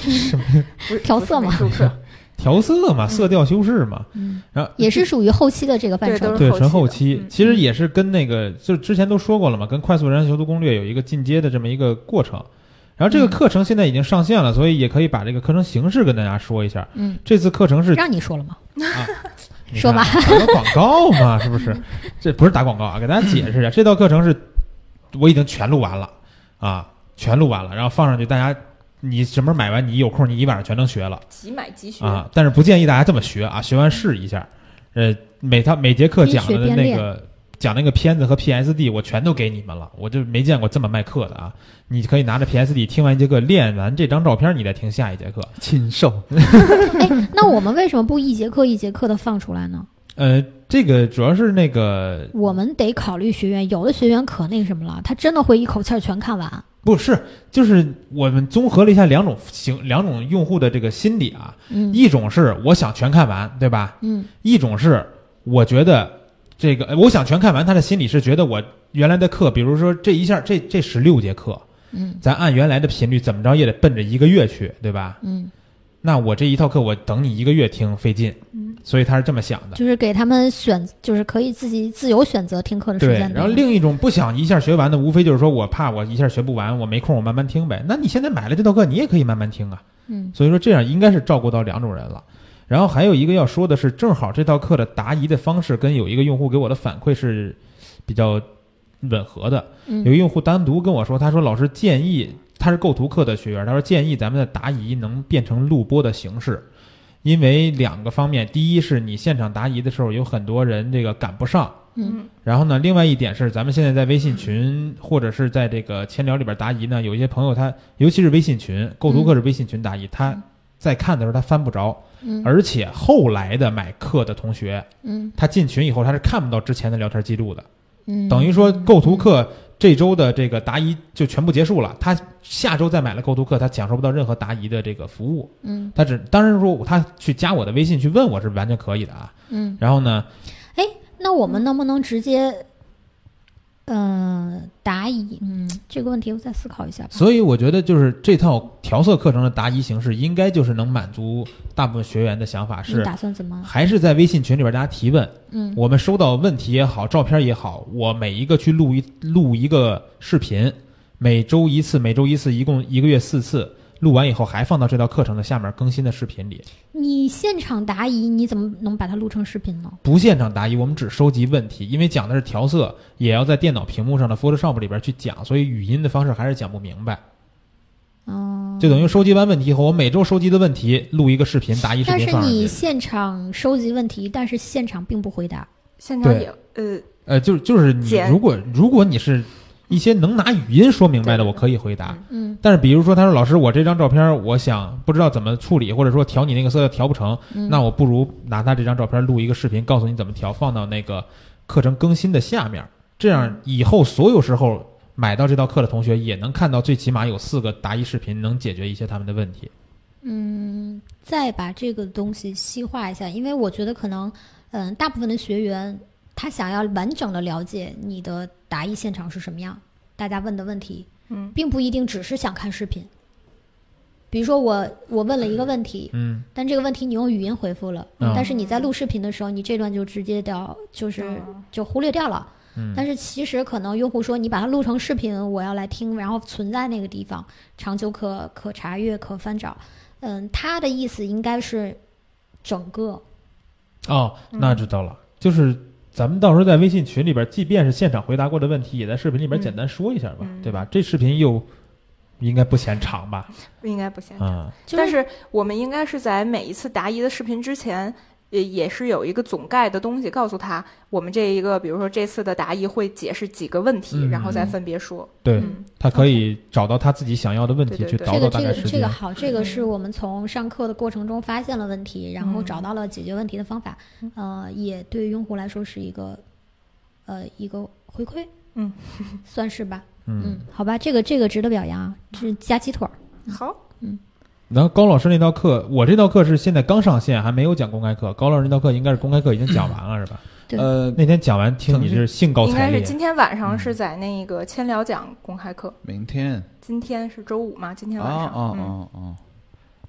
Speaker 3: 是
Speaker 4: 调色
Speaker 3: 不
Speaker 4: 吗
Speaker 3: 是美 术课，
Speaker 1: 调色
Speaker 3: 嗯
Speaker 1: 嘛，色调修饰嘛，
Speaker 4: 嗯
Speaker 1: 然后
Speaker 4: 也是属于后期的这个范
Speaker 3: 对
Speaker 4: 畴
Speaker 3: 都。是
Speaker 1: 对
Speaker 3: 后
Speaker 1: 纯
Speaker 3: 期的
Speaker 1: 后期
Speaker 3: 嗯，
Speaker 1: 其实也是跟那个就之前都说过了嘛，跟快速人修图攻略有一个进阶的这么一个过程。然后这个
Speaker 4: 嗯
Speaker 1: 课程现在已经上线了，所以也可以把这个课程形式跟大家说一下。
Speaker 4: 嗯，
Speaker 1: 这次课程是
Speaker 4: 让你说了吗？
Speaker 1: 你
Speaker 4: 说吧
Speaker 1: 看啊打个广告嘛，是不 是？这不是打广告啊，给大家解释一下，这道课程是我已经全录完了啊，全录完了，然后放上去，大家你什么时候买完，你有空你一晚上全能学了
Speaker 3: 即买即嗯学，
Speaker 1: 啊。但是不建议大家这么学啊，学完试一下。呃，每他每节课
Speaker 4: 边
Speaker 1: 讲
Speaker 4: 学
Speaker 1: 的
Speaker 4: 边
Speaker 1: 那
Speaker 4: 练
Speaker 1: 个讲那个片子和 PSD，我全都给你们了，我就没见过这么卖课的啊。你可以拿着 PSD 听完一节课，练完这张照片，你再听下一节课。
Speaker 2: 禽 兽，
Speaker 4: 哎，那我们为什么不一节课一节课的放出来呢？
Speaker 1: 呃，这个主要是那个
Speaker 4: 我们得考虑学员，有的学员可那什么了，他真的会一口气儿全看完。
Speaker 1: 不是，就是我们综合了一下两种行两种用户的这个心理啊，
Speaker 4: 嗯
Speaker 1: 一种是我想全看完，对吧？
Speaker 4: 嗯
Speaker 1: 一种是我觉得这个呃我想全看完，他的心理是觉得我原来的课，比如说这一下这这十六节课，
Speaker 4: 嗯
Speaker 1: 咱按原来的频率怎么着也得奔着一个月去，对吧？
Speaker 4: 嗯，
Speaker 1: 那我这一套课我等你一个月听费劲，
Speaker 3: 嗯
Speaker 1: 所以他是这么想的。
Speaker 4: 就是给他们选，就是可以自己自由选择听课的时
Speaker 1: 对，
Speaker 4: 间的。
Speaker 1: 然后另一种不想一下学完的，无非就是说我怕我一下学不完，我没空，我慢慢听呗。那你现在买了这套课，你也可以慢慢听啊。
Speaker 4: 嗯
Speaker 1: 所以说这样应该是照顾到两种人了。然后还有一个要说的是，正好这套课的答疑的方式跟有一个用户给我的反馈是比较吻合的。有一
Speaker 4: 嗯
Speaker 1: 个用户单独跟我说，他说老师建议他是构图课的学员，他说建议咱们的答疑能变成录播的形式，因为两个方面，第一是你现场答疑的时候有很多人这个赶不上。
Speaker 4: 嗯
Speaker 3: 嗯
Speaker 1: 然后呢，另外一点是，咱们现在在微信群或者是在这个千聊里边答疑呢，有一些朋友他，尤其是微信群，构图课是微信群答疑，他在看的时候他翻不着，
Speaker 4: 嗯
Speaker 1: 而且后来的买课的同学，
Speaker 4: 嗯
Speaker 1: 他进群以后他是看不到之前的聊天记录的，
Speaker 4: 嗯，
Speaker 1: 等于说构图课这周的这个答疑就全部结束了，他下周再买了构图课，他享受不到任何答疑的这个服务，
Speaker 4: 嗯
Speaker 1: 他只当然说他去加我的微信去问我是完全可以的啊，
Speaker 4: 嗯，
Speaker 1: 然后呢，
Speaker 4: 那我们能不能直接，嗯，答疑？嗯，这个问题我再思考一下吧。
Speaker 1: 所以我觉得就是这套调色课程的答疑形式，应该就是能满足大部分学员的想法
Speaker 4: 你
Speaker 1: 是。
Speaker 4: 打算怎么？
Speaker 1: 还是在微信群里边大家提问，
Speaker 4: 嗯
Speaker 1: 我们收到问题也好，照片也好，我每一个去录一录一个视频，每周一次，每周一次，一共一个月四次，录完以后还放到这道课程的下面更新的视频里，
Speaker 4: 你现场答疑，你怎么能把它录成视频呢？
Speaker 1: 不现场答疑，我们只收集问题，因为讲的是调色，也要在电脑屏幕上的 Photoshop 里边去讲，所以语音的方式还是讲不明白。
Speaker 4: 嗯，
Speaker 1: 就等于收集完问题以后，我每周收集的问题录一个视频，答疑视
Speaker 4: 但
Speaker 1: 频
Speaker 4: 是
Speaker 1: 放上
Speaker 4: 你
Speaker 1: 去。
Speaker 4: 现场收集问题，但是现场并不回答。
Speaker 3: 现场
Speaker 1: 对
Speaker 3: 也呃
Speaker 1: 呃，就是就是你
Speaker 3: 剪
Speaker 1: 如果如果你是一些能拿语音说明白的，
Speaker 3: 对
Speaker 1: 我可以回答。
Speaker 4: 嗯
Speaker 1: 但是比如说，他说老师，我这张照片我想不知道怎么处理，或者说调你那个色调调不成，
Speaker 4: 嗯，
Speaker 1: 那我不如拿他这张照片录一个视频，告诉你怎么调，放到那个课程更新的下面，这
Speaker 4: 嗯
Speaker 1: 样以后所有时候。买到这道课的同学也能看到，最起码有四个答疑视频能解决一些他们的问题。
Speaker 4: 嗯，再把这个东西细化一下，因为我觉得可能，嗯，大部分的学员他想要完整的了解你的答疑现场是什么样，大家问的问题，
Speaker 3: 嗯
Speaker 4: 并不一定只是想看视频。比如说我我问了一个问题，
Speaker 1: 嗯，
Speaker 4: 但这个问题你用语音回复了，
Speaker 1: 嗯
Speaker 4: 但是你在录视频的时候，你这段就直接掉，就是
Speaker 3: 嗯
Speaker 4: 就忽略掉了。
Speaker 1: 嗯
Speaker 4: 但是其实可能用户说你把它录成视频，我要来听，然后存在那个地方，长久可可查阅、可翻找。嗯，他的意思应该是整个，
Speaker 1: 哦，
Speaker 3: 嗯
Speaker 1: 那知道了，就是咱们到时候在微信群里边，即便是现场回答过的问题，也在视频里边
Speaker 3: 嗯
Speaker 1: 简单说一下吧，
Speaker 3: 嗯
Speaker 1: 对吧？这视频又应该不嫌长吧？
Speaker 3: 应该不现场。
Speaker 1: 啊、
Speaker 4: 就
Speaker 3: 但是我们应该是在每一次答疑的视频之前，呃，也是有一个总概的东西告诉他，我们这一个，比如说这次的答疑会解释几个问题，
Speaker 1: 嗯
Speaker 3: 然后再分别说。
Speaker 1: 对，
Speaker 3: 嗯，
Speaker 1: 他可以找到他自己想要的问题
Speaker 3: 对对
Speaker 1: 去
Speaker 3: 对
Speaker 1: 倒
Speaker 4: 这
Speaker 1: 到
Speaker 4: 个
Speaker 1: 大
Speaker 4: 这
Speaker 1: 概
Speaker 4: 个
Speaker 1: 时
Speaker 4: 这个
Speaker 1: 间。
Speaker 4: 好，这个是我们从上课的过程中发现了问题，然后找到了解决问题的方法，呃，也对用户来说是一个，呃，一个回馈，
Speaker 3: 嗯，
Speaker 4: 算是吧，
Speaker 1: 嗯
Speaker 4: 嗯，，好吧，这个这个值得表扬啊，这是夹鸡腿儿，
Speaker 3: 好，
Speaker 1: 然后高老师那道课，我这道课是现在刚上线，还没有讲公开课。高老师那道课应该是公开课已经讲完了，是 吧？
Speaker 4: 对
Speaker 2: 呃，
Speaker 1: 那天讲完，听你是兴高
Speaker 3: 应
Speaker 1: 采
Speaker 3: 该是
Speaker 1: 烈。
Speaker 3: 今天晚上是在那个千聊讲公开课，
Speaker 2: 明天
Speaker 3: 今天是周五嘛？今天
Speaker 2: 哦
Speaker 3: 晚上，
Speaker 2: 哦
Speaker 3: 嗯，
Speaker 2: 哦哦，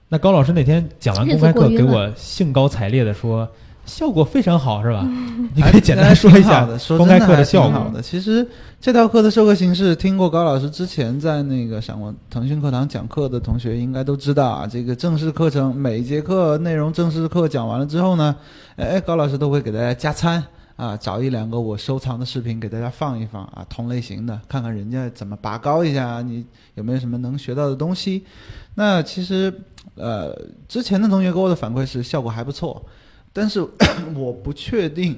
Speaker 1: 那高老师那天讲完公开课，给我兴高采烈的说，效果非常好，是 吧？你可以简单说一
Speaker 2: 哎还挺好
Speaker 1: 下
Speaker 2: 的说
Speaker 1: 公开课
Speaker 2: 真的
Speaker 1: 效
Speaker 2: 还挺好
Speaker 1: 果。
Speaker 2: 的。其实这道课的授课形式，听过高老师之前在那个闪光腾讯课堂讲课的同学应该都知道啊。这个正式课哎程每一节课内容正式课讲完了之后呢，哎，高老师都会给大家加餐。啊，找一两个我收藏的视频给大家放一放啊，同类型的，看看人家怎么拔高一下，啊你有没有什么能学到的东西。那其实，呃，之前的同学给我的反馈是效果还不错，但是 我不确定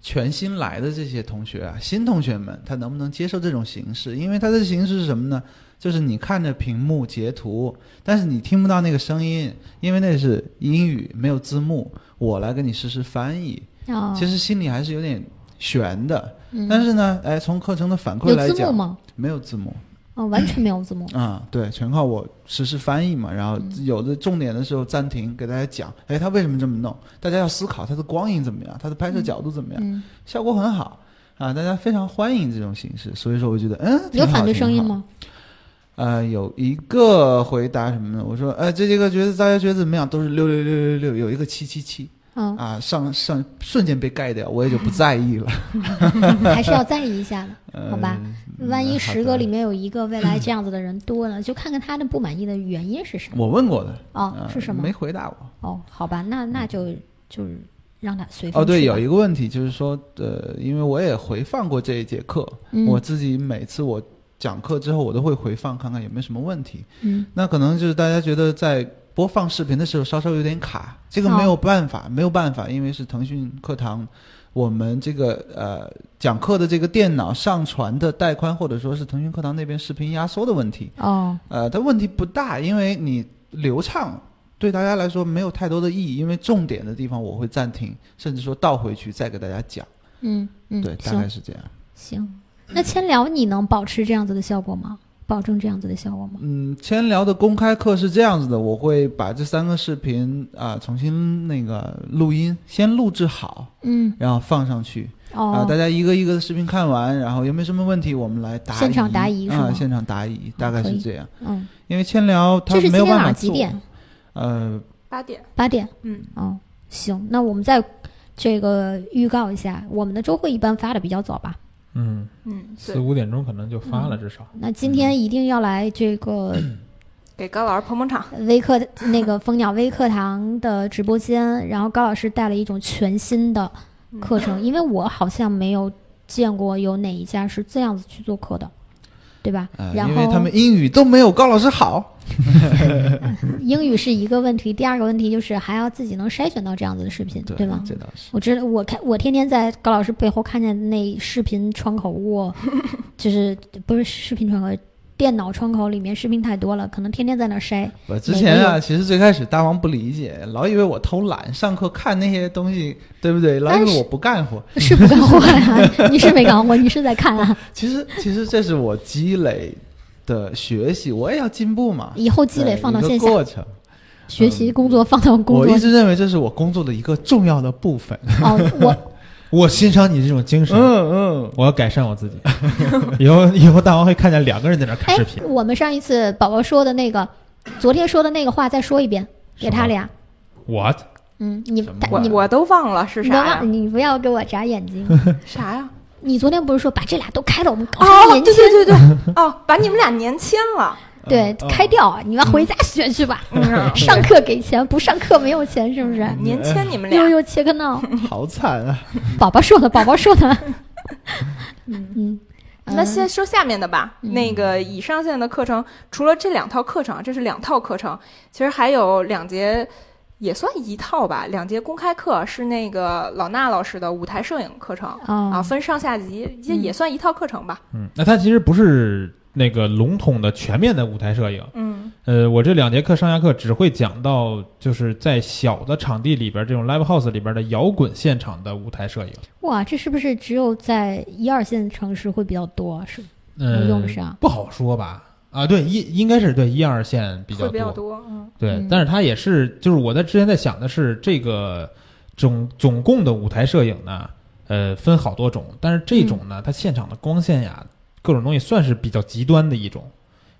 Speaker 2: 全新来的这些同学啊，新同学们他能不能接受这种形式？因为它的形式是什么呢？就是你看着屏幕截图，但是你听不到那个声音，因为那是英语，没有字幕，我来给你实时翻译。
Speaker 4: 哦，
Speaker 2: 其实心里还是有点悬的。
Speaker 4: 嗯
Speaker 2: 但是呢，哎，从课程的反馈
Speaker 4: 有
Speaker 2: 来
Speaker 4: 字幕
Speaker 2: 讲，
Speaker 4: 吗？
Speaker 2: 没有字幕
Speaker 4: 哦，完全没有字幕。
Speaker 2: 啊、对，全靠我实时翻译嘛。然后有的重点的时候暂停，给大家讲，哎，他为什么这么弄？大家要思考它的光影怎么样，它的拍摄角度怎么样，
Speaker 4: 嗯，
Speaker 2: 效果很好啊，大家非常欢迎这种形式。所以说，我觉得嗯，
Speaker 4: 有
Speaker 2: 挺好
Speaker 4: 反对声音？吗？
Speaker 2: 挺好呃，有一个回答什么呢？我说，哎，这节课觉得大家觉得怎么样？都是六六六六六，有一个七七七
Speaker 4: 嗯，
Speaker 2: 啊，上上瞬间被盖掉，我也就不在意了。
Speaker 4: 还是要在意一下的。
Speaker 2: 呃
Speaker 4: 好吧，万一十个里面有一个 未来这样子的人多了，就看看他的不满意的原因是什么。
Speaker 2: 我问过的，
Speaker 4: 哦
Speaker 2: 呃，
Speaker 4: 是什么
Speaker 2: 没？回答我。
Speaker 4: 哦，好吧，那那就就是让他随风
Speaker 2: 哦，对，
Speaker 4: 去吧
Speaker 2: 有一个问题就是说，呃，因为我也回放过这一节课，
Speaker 4: 嗯
Speaker 2: 我自己每次我讲课之后，我都会回放看看有没有什么问题。
Speaker 4: 嗯
Speaker 2: 那可能就是大家觉得在播放视频的时候稍稍有点卡，这个
Speaker 4: 哦
Speaker 2: 没有办法，没有办法，因为是腾讯课堂。我们这个呃讲课的这个电脑上传的带宽，或者说是腾讯课堂那边视频压缩的问题，
Speaker 4: 哦
Speaker 2: 呃，它问题不大，因为你流畅对大家来说没有太多的意义，因为重点的地方我会暂停，甚至说倒回去再给大家讲。
Speaker 4: 嗯嗯，
Speaker 2: 对，大概
Speaker 4: 行
Speaker 2: 是这样。
Speaker 4: 行。那千聊你能保持这样子的效果吗？保证这样子的效果吗？
Speaker 2: 嗯，千聊的公开课是这样子的，我会把这三个视频啊、重新那个录音，先录制好，
Speaker 4: 嗯
Speaker 2: 然后放上去啊、
Speaker 4: 哦
Speaker 2: 大，家一个一个的视频看完，然后有没有什么问题，我们来答疑。
Speaker 4: 现场答疑是
Speaker 2: 啊、
Speaker 4: 吗
Speaker 2: 现场答疑，大概
Speaker 4: 可
Speaker 2: 是
Speaker 4: 以
Speaker 2: 这样。
Speaker 4: 嗯，
Speaker 2: 因为千聊它
Speaker 4: 这是今
Speaker 2: 没有
Speaker 4: 天
Speaker 2: 办
Speaker 4: 晚
Speaker 2: 法
Speaker 4: 上几
Speaker 2: 做，
Speaker 4: 点？
Speaker 2: 呃，
Speaker 3: 八点，
Speaker 4: 八点。
Speaker 3: 嗯，
Speaker 4: 哦，行，那我们再这个预告一下，我们的周会一般发的比较早吧？
Speaker 1: 嗯，
Speaker 3: 嗯，
Speaker 1: 四
Speaker 3: 对，
Speaker 1: 五点钟可能就发了，至少。
Speaker 4: 那今天一定要来这个
Speaker 2: 嗯
Speaker 3: 给高老师捧捧场。
Speaker 4: 微课那个蜂鸟微课堂的直播间，然后高老师带了一种全新的课程，因为我好像没有见过有哪一家是这样子去做课的，对吧？
Speaker 2: 呃，
Speaker 4: 然
Speaker 2: 因为
Speaker 4: 后
Speaker 2: 他们英语都没有高老师好。
Speaker 4: 英语是一个问题，第二个问题就是还要自己能筛选到这样子的视频，对吗？
Speaker 2: 这倒是。
Speaker 4: 我知道，我看我天天在高老师背后看见那视频窗口，我就是不是视频窗口，电脑窗口里面视频太多了，可能天天在那儿筛。
Speaker 2: 我之前
Speaker 4: 每个
Speaker 2: 啊，其实最开始大王不理解，老以为我偷懒，上课看那些东西，对不对？老以
Speaker 4: 但
Speaker 2: 为
Speaker 4: 是
Speaker 2: 我不干活。
Speaker 4: 是不干活呀、你是没干活，你是在 看啊。
Speaker 2: 其实，其实这是我积累的学习，我也要进步嘛。
Speaker 4: 以后积累
Speaker 2: 对
Speaker 4: 放到
Speaker 2: 一个
Speaker 4: 线下，
Speaker 2: 哎过程，
Speaker 4: 学习工作放到工
Speaker 2: 我一
Speaker 4: 作。
Speaker 2: 直认为这是我工作的一个重要的部分。
Speaker 4: 哦， 我
Speaker 1: 我欣赏你这种精神，
Speaker 2: 嗯
Speaker 1: 我要改善我自己。以后以后大王会看见两个人在那儿看
Speaker 4: 哎
Speaker 1: 视频，，
Speaker 4: 我们上一次宝宝说的那个，昨天说的那个话再说一遍，给他俩。
Speaker 1: what
Speaker 4: 嗯，你
Speaker 2: 什么
Speaker 4: 他
Speaker 3: 我
Speaker 4: 你
Speaker 3: 我都忘了是
Speaker 4: 你
Speaker 3: 啥
Speaker 4: 不
Speaker 3: 呀
Speaker 4: 要？你不要给我眨眼 睛。
Speaker 3: 啥呀？
Speaker 4: 你昨天不是说把这俩都开了，我们搞上
Speaker 3: 哦，
Speaker 4: 年
Speaker 3: 对
Speaker 4: 轻
Speaker 3: 对对对，哦，把你们俩年签了。
Speaker 4: 对
Speaker 1: 嗯
Speaker 4: 开掉，啊你们回家学去吧。
Speaker 3: 嗯，
Speaker 4: 上课给钱，不上课没有钱，是不是？
Speaker 3: 年签你们俩
Speaker 4: 悠。悠切克 闹，
Speaker 2: 嗯，好惨 啊！
Speaker 4: 宝宝说的，宝宝说 的。嗯嗯，
Speaker 3: 那
Speaker 4: 嗯
Speaker 3: 先说下面的吧。
Speaker 4: 嗯
Speaker 3: 那个以上现在的课程，除了这两套课程，这是两套课程，其实还有两节，也算一套吧。两节公开课是那个老衲老师的舞台摄影课程、啊，
Speaker 4: 哦
Speaker 3: 分上下级，这
Speaker 4: 嗯
Speaker 3: 也算一套课程吧。
Speaker 1: 嗯，那它其实不是那个笼统的全面的舞台摄影。
Speaker 3: 嗯
Speaker 1: 呃，我这两节课上下课只会讲到就是在小的场地里边这种 live house 里边的摇滚现场的舞台摄影。
Speaker 4: 哇，这是不是只有在一二线城市会比较多？啊是
Speaker 1: 嗯，
Speaker 4: 用得上
Speaker 1: 不好说吧？啊，对，一应该是对一二线比较
Speaker 3: 会比较多。嗯
Speaker 1: 对，
Speaker 4: 嗯
Speaker 1: 但是它也是，就是我在之前在想的是，这个总总共的舞台摄影呢，呃，分好多种，但是这种
Speaker 4: 嗯
Speaker 1: 呢，它现场的光线呀，各种东西算是比较极端的一种。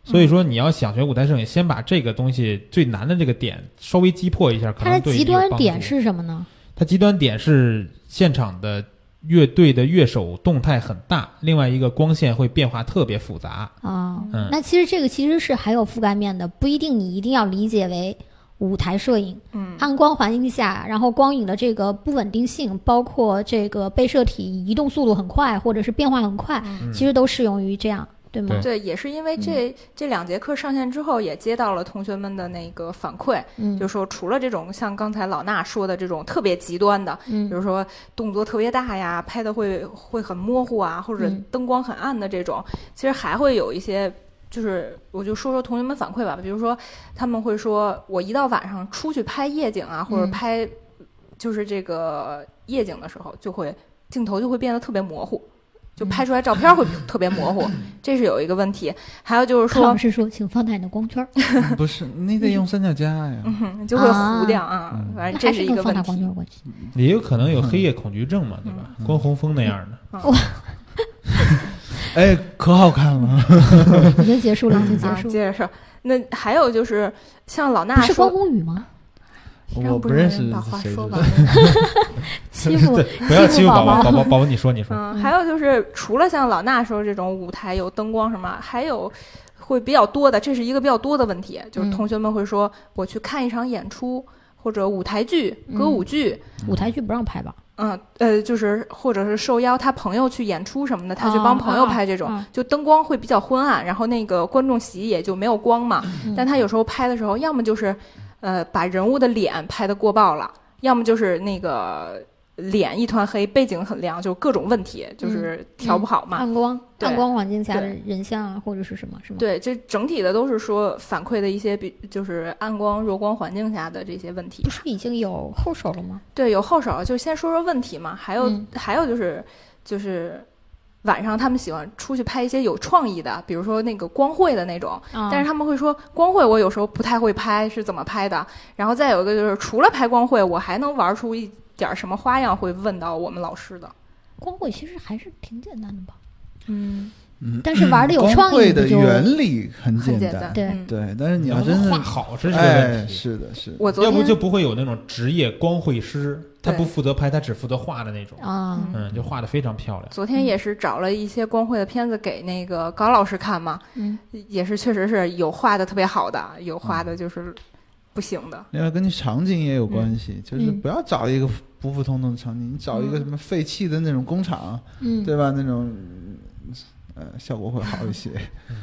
Speaker 1: 所以说，你要想学舞台摄影，先把这个东西最难的这个点稍微击破一下，可
Speaker 4: 它
Speaker 1: 能
Speaker 4: 的
Speaker 1: 对你
Speaker 4: 极
Speaker 1: 有
Speaker 4: 端
Speaker 1: 帮
Speaker 4: 点
Speaker 1: 助
Speaker 4: 是什么呢？
Speaker 1: 它极端点是现场的乐队的乐手动态很大，另外一个光线会变化特别复杂。
Speaker 4: 啊、
Speaker 1: 嗯
Speaker 4: 那其实这个其实是还有覆盖面的，不一定你一定要理解为舞台摄影，
Speaker 3: 嗯
Speaker 4: 暗光环境下，然后光影的这个不稳定性，包括这个被摄体移动速度很快或者是变化很快，
Speaker 3: 嗯，
Speaker 4: 其实都适用于这样，对吗？
Speaker 3: 对，也是因为这、
Speaker 4: 嗯
Speaker 3: 这两节课上线之后，也接到了同学们的那个反馈，
Speaker 4: 嗯，
Speaker 3: 就是说除了这种像刚才老衲说的这种特别极端的，比
Speaker 4: 嗯
Speaker 3: 如说动作特别大呀，拍的会会很模糊啊，或者
Speaker 4: 嗯
Speaker 3: 灯光很暗的这种，其实还会有一些，就是我就说说同学们反馈吧，比如说他们会说，我一到晚上出去拍夜景啊，或者
Speaker 4: 嗯
Speaker 3: 拍就是这个夜景的时候，就会镜头就会变得特别模糊。
Speaker 4: 嗯
Speaker 3: 就拍出来照片会特别模糊， 这是有一个问题。还有就是
Speaker 4: 康嗯
Speaker 3: 说
Speaker 4: 老，师说，请放大你的光圈儿，
Speaker 2: 嗯不是，你得用三脚架呀。
Speaker 3: 嗯哼，就会糊
Speaker 4: 啊
Speaker 3: 掉啊。
Speaker 2: 嗯
Speaker 3: 反
Speaker 4: 那
Speaker 3: 正这
Speaker 4: 还
Speaker 3: 是
Speaker 4: 是
Speaker 3: 一
Speaker 4: 跟
Speaker 3: 个
Speaker 4: 放
Speaker 3: 问
Speaker 4: 大光
Speaker 3: 题嗯
Speaker 4: 圈。有关系。
Speaker 1: 嗯也有可能
Speaker 4: 嗯
Speaker 1: 有黑夜恐惧症嘛，对吧？
Speaker 2: 嗯
Speaker 1: 关宏峰那样的，
Speaker 2: 哎，可好看了。
Speaker 4: 已经结束了，已经结
Speaker 3: 啊。
Speaker 4: 束了，
Speaker 3: 接着说，那还有就是像老衲
Speaker 4: 不是
Speaker 3: 啊说
Speaker 4: 关公宇吗？
Speaker 2: 我不认识
Speaker 3: 让不同人把话
Speaker 2: 谁
Speaker 3: 说
Speaker 2: 是
Speaker 3: 完。
Speaker 4: 欺 负
Speaker 1: 对，不要欺负宝宝，宝宝，宝宝，你说，你说，
Speaker 3: 嗯，还有就是除了像老衲说这种舞台有灯光什么，还有会比较多的，这是一个比较多的问题，就是
Speaker 4: 嗯
Speaker 3: 同学们会说，我去看一场演出或者舞台剧、
Speaker 4: 嗯
Speaker 3: 歌舞剧，
Speaker 4: 舞台剧不让拍吧？
Speaker 3: 嗯呃，就是或者是受邀他朋友去演出什么的，他去
Speaker 4: 哦
Speaker 3: 帮朋友
Speaker 4: 哦
Speaker 3: 拍这种，
Speaker 4: 哦
Speaker 3: 就灯光会比较昏暗，然后那个观众席也就没有光嘛。
Speaker 4: 嗯
Speaker 3: 但他有时候拍的时候，要么就是呃把人物的脸拍的过曝了，要么就是那个脸一团黑，背景很亮，就各种问题，
Speaker 4: 嗯
Speaker 3: 就是调不好嘛。
Speaker 4: 暗光，
Speaker 3: 对
Speaker 4: 暗光环境下的
Speaker 3: 对
Speaker 4: 人像啊，或者是什么，是吗？
Speaker 3: 对，这整体的都是说反馈的一些比就是暗光、弱光环境下的这些问题
Speaker 4: 不。是已经有后手了吗？
Speaker 3: 对，有后手，就先说说问题嘛。还有、
Speaker 4: 嗯
Speaker 3: 还有就是就是晚上他们喜欢出去拍一些有创意的，比如说那个光绘的那种，
Speaker 4: 啊
Speaker 3: 但是他们会说光绘我有时候不太会拍，是怎么拍的？然后再有一个就是除了拍光绘，我还能玩出一点儿什么花样，会问到我们老师的。
Speaker 4: 光绘其实还是挺简单的吧？
Speaker 3: 嗯，
Speaker 2: 嗯
Speaker 4: 但是玩的有创
Speaker 2: 光
Speaker 4: 意
Speaker 2: 绘
Speaker 4: 不
Speaker 2: 的
Speaker 4: 就
Speaker 2: 原理很
Speaker 3: 很
Speaker 2: 简
Speaker 3: 简单。
Speaker 4: 对
Speaker 3: 嗯
Speaker 2: 对，但是你要
Speaker 1: 能不
Speaker 2: 真
Speaker 1: 能
Speaker 2: 的
Speaker 1: 画，好，这是个
Speaker 2: 哎，
Speaker 1: 问题。
Speaker 2: 是的，是的。
Speaker 3: 我昨
Speaker 1: 要不
Speaker 3: 天
Speaker 1: 就不会有那种职业光绘师，他
Speaker 3: 对
Speaker 1: 不负责拍，他只负责画的那种，
Speaker 4: 啊
Speaker 3: 嗯，
Speaker 1: 嗯，就画的非常漂亮。
Speaker 3: 昨天也是找了一些光绘的片子给那个高老师看嘛，
Speaker 4: 嗯，
Speaker 3: 也是确实是有画的特别好的，有画的就是不行的。
Speaker 2: 另外跟你场景也有关系，就是
Speaker 4: 嗯
Speaker 2: 不要找一个普普通通的场景，你找一个
Speaker 3: 嗯
Speaker 2: 什么废弃的那种工厂，
Speaker 4: 嗯，
Speaker 2: 对吧？那种嗯呃效果会好一些。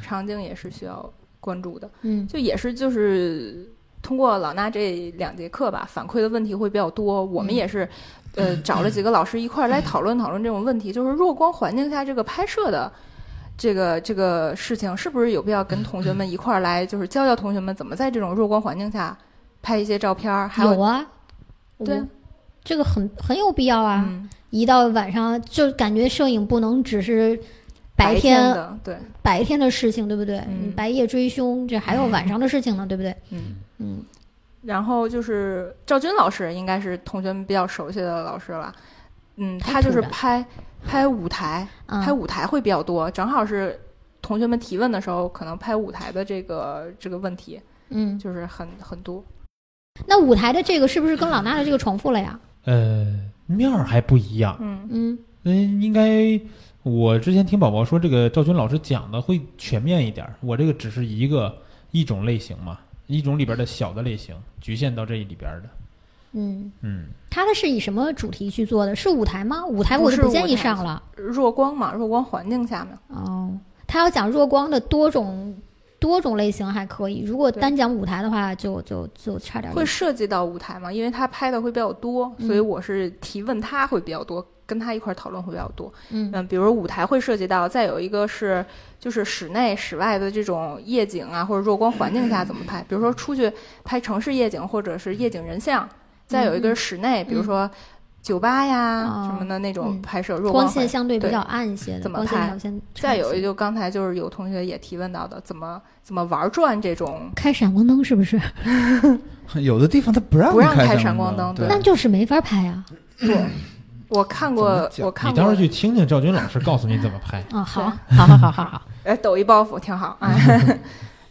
Speaker 3: 场景也是需要关注的，
Speaker 4: 嗯
Speaker 3: 就也是就是通过老衲这两节课吧，反馈的问题会比较多。我们
Speaker 4: 嗯
Speaker 3: 也是，呃，找了几个老师一块儿来讨论讨论这种问题，就是弱光环境下这个拍摄的。这个这个事情是不是有必要跟同学们一块儿来，就是教教同学们怎么在这种弱光环境下拍一些照片儿？还有
Speaker 4: 有啊，
Speaker 3: 对
Speaker 4: 我，这个很很有必要啊。
Speaker 3: 嗯，
Speaker 4: 一到晚上就感觉摄影不能只是白
Speaker 3: 天
Speaker 4: 天
Speaker 3: 的对，
Speaker 4: 白天的事情，对不对？
Speaker 3: 嗯
Speaker 4: 你白夜追凶，这还有晚上的事情呢，对不对？
Speaker 3: 嗯。
Speaker 4: 嗯，
Speaker 3: 然后就是赵军老师，应该是同学们比较熟悉的老师了。嗯，
Speaker 4: 太
Speaker 3: 他就是
Speaker 4: 突然
Speaker 3: 拍拍舞台，
Speaker 4: 啊
Speaker 3: 拍舞台会比较多，正好是同学们提问的时候，可能拍舞台的这个这个问题
Speaker 4: 嗯，
Speaker 3: 就是很很多。
Speaker 4: 那舞台的这个是不是跟老衲的这个重复了呀？
Speaker 1: 呃，面儿还不一样，
Speaker 3: 嗯
Speaker 4: 嗯
Speaker 1: 嗯，应该我之前听宝宝说，这个赵军老师讲的会全面一点儿，我这个只是一个一种类型嘛，一种里边的小的类型，局限到这里边的。
Speaker 4: 嗯，
Speaker 1: 嗯，
Speaker 4: 他的是以什么主题去做的？是舞台吗？舞台
Speaker 3: 不
Speaker 4: 我就是不建
Speaker 3: 舞
Speaker 4: 议
Speaker 3: 台
Speaker 4: 上了。
Speaker 3: 弱光嘛，弱光环境下面，
Speaker 4: 哦，他要讲弱光的多种多种类型还可以，如果
Speaker 3: 对
Speaker 4: 单讲舞台的话，就就就差点意思。
Speaker 3: 会涉及到舞台嘛，因为他拍的会比较多，所以
Speaker 4: 嗯
Speaker 3: 我是提问他会比较多，跟他一块儿讨论会比较多。
Speaker 4: 嗯
Speaker 3: 嗯，比如舞台会涉及到，再有一个是就是室内、室外的这种夜景啊，或者弱光环境下怎么拍。比如说出去拍城市夜景，或者是夜景人像。再有一个是室内，比如
Speaker 4: 嗯
Speaker 3: 说酒吧呀、
Speaker 4: 哦
Speaker 3: 什么的那种
Speaker 4: 嗯
Speaker 3: 拍摄，弱
Speaker 4: 光
Speaker 3: 环
Speaker 4: 线相对比
Speaker 3: 对
Speaker 4: 较暗一些的，
Speaker 3: 怎么
Speaker 4: 光线
Speaker 3: 拍
Speaker 4: 条件差
Speaker 3: 再有
Speaker 4: 些
Speaker 3: 一就刚才就是有同学也提问到的，怎么怎么玩转这种，
Speaker 4: 开闪光灯是不是？
Speaker 2: 有的地方它不让
Speaker 3: 不让
Speaker 2: 你
Speaker 3: 开
Speaker 2: 开
Speaker 3: 闪光
Speaker 2: 光
Speaker 3: 灯对
Speaker 2: 对
Speaker 4: 那就是没法拍呀、啊
Speaker 3: 我
Speaker 2: 嗯
Speaker 3: 看
Speaker 2: 怎
Speaker 3: 过
Speaker 2: 么，讲
Speaker 3: 我看
Speaker 1: 你到时候
Speaker 3: 过，
Speaker 1: 去听听赵军老师告诉你怎么拍。
Speaker 4: 啊。好， 好，好，好，好，好。
Speaker 3: 哎，抖一包袱挺好啊。 哎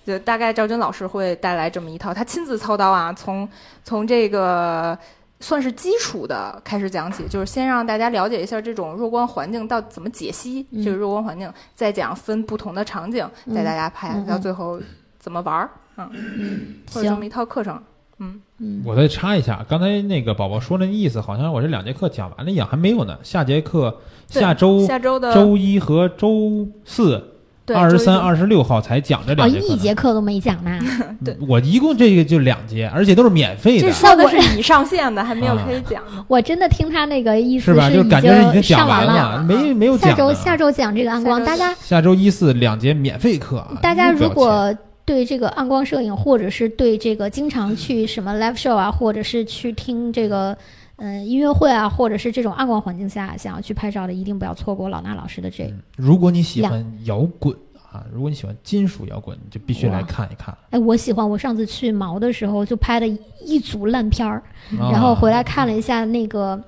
Speaker 3: 就大概赵军老师会带来这么一套，他亲自操刀啊，从从这个算是基础的开始讲起，就是先让大家了解一下这种弱光环境到底怎么解析、
Speaker 4: 嗯
Speaker 3: 这个弱光环境，再讲分不同的场景
Speaker 4: 嗯
Speaker 3: 带大家拍，啊
Speaker 4: 嗯嗯
Speaker 3: 到最后怎么玩儿，嗯，
Speaker 4: 嗯，
Speaker 3: 会有这么
Speaker 4: 行，
Speaker 3: 一套课程。嗯，
Speaker 4: 嗯，
Speaker 1: 我再插一下，刚才那个宝宝说那意思，好像我这两节课讲完了一样，还没有呢。下节课
Speaker 3: 对
Speaker 1: 下周
Speaker 3: 下周的
Speaker 1: 嗯周一和周四
Speaker 3: 对
Speaker 1: 二十三、
Speaker 3: 周一
Speaker 1: 二十六号才讲这
Speaker 4: 哦，
Speaker 1: 两节课呢。
Speaker 4: 一节课都没讲呢。
Speaker 3: 对
Speaker 1: 我一共这个就两节，而且都是免费的
Speaker 3: 这。说
Speaker 4: 那
Speaker 3: 的
Speaker 4: 我
Speaker 3: 是已上线的，还没有
Speaker 1: 啊
Speaker 3: 开始讲呢。
Speaker 4: 我真的听他那个意思
Speaker 1: 是吧？就
Speaker 4: 已
Speaker 1: 感觉已经
Speaker 4: 上
Speaker 1: 讲
Speaker 4: 完
Speaker 1: 完
Speaker 4: 了。
Speaker 3: 了
Speaker 1: 没没有
Speaker 4: 下
Speaker 1: 讲
Speaker 4: 周
Speaker 1: 呢。
Speaker 4: 下周讲这个暗光，
Speaker 3: 下周
Speaker 4: 大家
Speaker 1: 下周一四两节免费课啊！
Speaker 4: 大家
Speaker 1: 不
Speaker 4: 如
Speaker 1: 要钱
Speaker 4: 果对这个暗光摄影，啊或者是对这个经常去什么 live show 啊，或者是去听这个呃音乐会啊，或者是这种暗光环境下想要去拍照的，一定不要错过老衲老师的这。
Speaker 1: 嗯如果你喜欢摇滚啊，如果你喜欢金属摇滚，你就必须来看一看。
Speaker 4: 哎，我喜欢，我上次去毛的时候就拍了一组烂片儿，
Speaker 1: 啊
Speaker 4: 然后回来看了一下那个。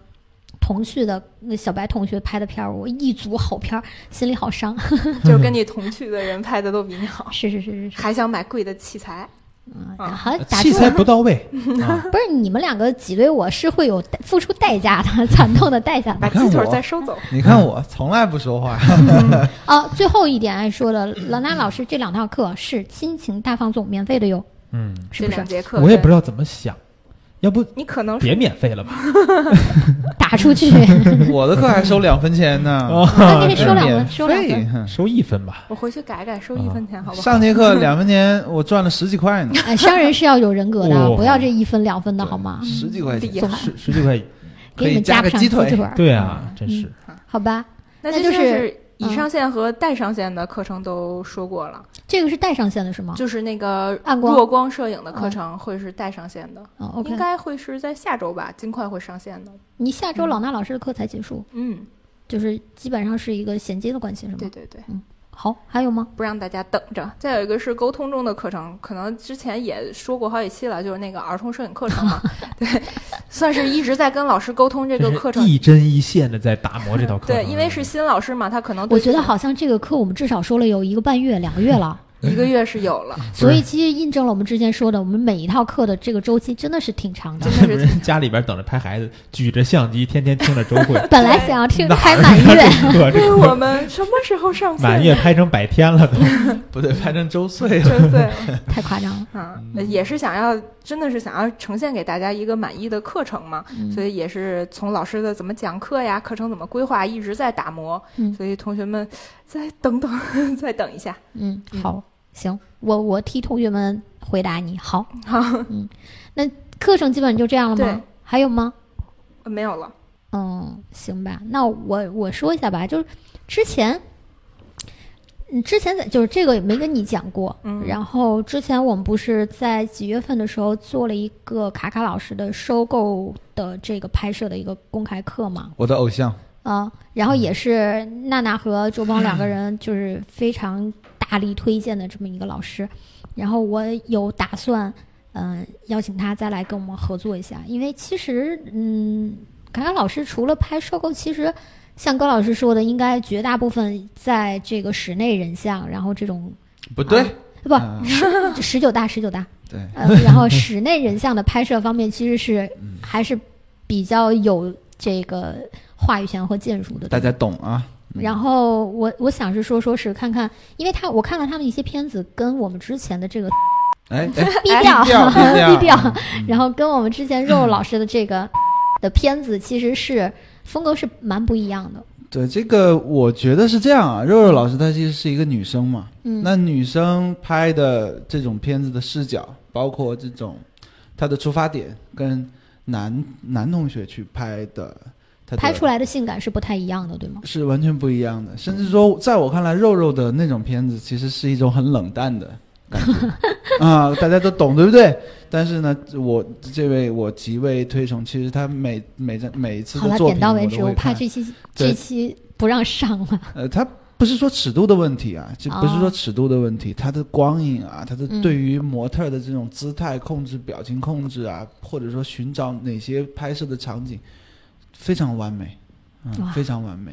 Speaker 4: 同去的那小白同学拍的片儿，我一组好片儿，心里好伤。
Speaker 1: 啊
Speaker 3: 就是 跟你同去的人拍的都比你好，
Speaker 4: 是是是是是，
Speaker 3: 还想买贵的器材，
Speaker 4: 嗯，
Speaker 3: 啊
Speaker 4: 好，打
Speaker 1: 器
Speaker 4: 住
Speaker 1: 材不到位啊，
Speaker 4: 不是你们两个挤兑我是会有代付出代价的， 惨痛的代价的
Speaker 3: 把
Speaker 2: 你看
Speaker 3: 鸡腿
Speaker 2: 我
Speaker 3: 再收走。
Speaker 2: 你看我从来不说话，
Speaker 4: 啊。最后一点爱说的，老衲老师这两堂课是亲情大放纵，免费的哟，
Speaker 1: 嗯，
Speaker 4: 是
Speaker 3: 这
Speaker 4: 不是
Speaker 3: 两？节课，
Speaker 1: 我也
Speaker 3: 对
Speaker 1: 不知道怎么想，要不
Speaker 3: 你可能
Speaker 1: 别免费了吧？
Speaker 4: 打出 去，
Speaker 2: 我的课还收两分钱呢，
Speaker 4: 我给你哦哎 收两
Speaker 2: 免
Speaker 4: 分，收两
Speaker 2: 费
Speaker 4: 分。。
Speaker 2: 哼
Speaker 1: 收一分吧，
Speaker 3: 我回去改改，收一
Speaker 1: 啊
Speaker 3: 分钱好不 好？
Speaker 2: 上节课两分钱，我赚了十几块呢，
Speaker 4: 哎，商人是要有人格的，
Speaker 1: 哦
Speaker 4: 不要这一分两分的好吗？
Speaker 2: 十几块
Speaker 3: 厉
Speaker 2: 钱。
Speaker 3: 害
Speaker 4: 总
Speaker 1: 十十几块，
Speaker 4: 给你
Speaker 2: 可以
Speaker 4: 们
Speaker 2: 加
Speaker 4: 不
Speaker 2: 个
Speaker 4: 上
Speaker 2: 鸡
Speaker 4: 鸡
Speaker 2: 腿
Speaker 4: 腿儿，
Speaker 1: 对啊，真
Speaker 3: 嗯
Speaker 1: 是。
Speaker 4: 好吧？
Speaker 3: 那
Speaker 4: 那
Speaker 3: 这
Speaker 4: 就
Speaker 3: 些
Speaker 4: 是嗯
Speaker 3: 已上线和待上线的课程都说过了，
Speaker 4: 这个是带上线的是吗？
Speaker 3: 就是那个
Speaker 4: 啊暗光
Speaker 3: 弱光摄影的课程会是待上线的，
Speaker 4: 哦，OK
Speaker 3: 应。该会是在下周吧，尽快会上线的。
Speaker 4: 你下周老衲老师的课才结束，
Speaker 3: 嗯，
Speaker 4: 就是基本上是一个衔接的关系，是吗
Speaker 3: 对？对对，
Speaker 4: 好，还有吗？
Speaker 3: 不让大家等着。再有一个是沟通中的课程，可能之前也说过好几期了，就是那个儿童摄影课程嘛， 对，算是一直在跟老师沟通这个
Speaker 1: 真是
Speaker 3: 课程。
Speaker 1: 一针一线的在打磨这道课嗯程。
Speaker 3: 对，因为是新老师嘛，他可能哦对
Speaker 4: 我觉得好像这个课我们至少说了有一个半月、两个月了。
Speaker 3: 一个月是有了，
Speaker 1: 嗯
Speaker 4: 所以其实印证了我们之前说的，我们每一套课的这个周期真的是挺长的。
Speaker 3: 真的
Speaker 1: 不
Speaker 3: 是
Speaker 1: 是家里边等着拍孩子，举着相机，天天听着周 会，
Speaker 4: 本来想要听
Speaker 1: 哪儿
Speaker 4: 开满月，
Speaker 1: 课这
Speaker 3: 对
Speaker 1: 个
Speaker 3: 我们什么时候上线？
Speaker 1: 满月拍成百天了都。
Speaker 2: 不对，拍成周岁 了。
Speaker 3: 真对。
Speaker 4: 太夸张了。
Speaker 3: 嗯，也是想要，真的是想要呈现给大家一个满意的课程嘛，
Speaker 4: 嗯
Speaker 3: 所以也是从老师的怎么讲课呀，课程怎么规划，一直在打磨，
Speaker 4: 嗯
Speaker 3: 所以同学们再等 等，再等一下，
Speaker 4: 嗯，
Speaker 3: 嗯
Speaker 4: 好，行，我我替同学们回答你。好，嗯
Speaker 3: 好，
Speaker 4: 那课程基本就这样了
Speaker 3: 对
Speaker 4: 吗？还有吗？
Speaker 3: 呃没有了，
Speaker 4: 嗯，行吧，那我我说一下吧，就是之前，嗯，之前在就是这个也没跟你讲过，
Speaker 3: 嗯
Speaker 4: 然后之前我们不是在几月份的时候做了一个卡卡老师的收购的这个拍摄的一个公开课嘛，
Speaker 2: 我的偶像，
Speaker 4: 嗯，然后也是娜娜和周邦两个人就是非常大力推荐的这么一个老师，然后我有打算，嗯、邀请他再来跟我们合作一下，因为其实，嗯，卡卡老师除了拍收购，其实像高老师说的，应该绝大部分在这个室内人像，然后这种
Speaker 2: 不对，
Speaker 4: 不
Speaker 2: 啊
Speaker 4: 十十九大十九大，
Speaker 2: 对，
Speaker 4: 呃，然后室内人像的拍摄方面，其实是还是比较有这个话语权和建树的。
Speaker 2: 大家懂啊。嗯
Speaker 4: 然后我我想是说说是看看，因为他我看了他的一些片子，跟我们之前的这个
Speaker 2: 哎哎，
Speaker 4: 低调
Speaker 2: 低调低 调嗯
Speaker 4: 低调，然后跟我们之前肉肉老师的这个的片子其实是风格是蛮不一样的。
Speaker 2: 对这个，我觉得是这样啊。肉肉老师她其实是一个女生嘛，
Speaker 4: 嗯，
Speaker 2: 那女生拍的这种片子的视角，包括这种她的出发点，跟男男同学去拍的，她的
Speaker 4: 拍出来的性感是不太一样的，对吗？
Speaker 2: 是完全不一样的。甚至说，在我看来，肉肉的那种片子其实是一种很冷淡的感 觉啊、大家都懂，对不对？但是呢，我这位我极为推崇，其实他每每张每一次
Speaker 4: 好
Speaker 2: 的
Speaker 4: 了，
Speaker 2: 作
Speaker 4: 点
Speaker 2: 品
Speaker 4: 到
Speaker 2: 我
Speaker 4: 为
Speaker 2: 都
Speaker 4: 止，
Speaker 2: 会
Speaker 4: 我怕
Speaker 2: 看
Speaker 4: 这期
Speaker 2: 对
Speaker 4: 这期不让上了。
Speaker 2: 呃，它不是说尺度的问题啊，就不是说尺度的问题，它的光影啊，它的
Speaker 4: 哦嗯
Speaker 2: 对于模特的这种姿态控制、表情控制啊，或者说寻找哪些拍摄的场景，非常完美，嗯，
Speaker 4: 哇
Speaker 2: 非常完美。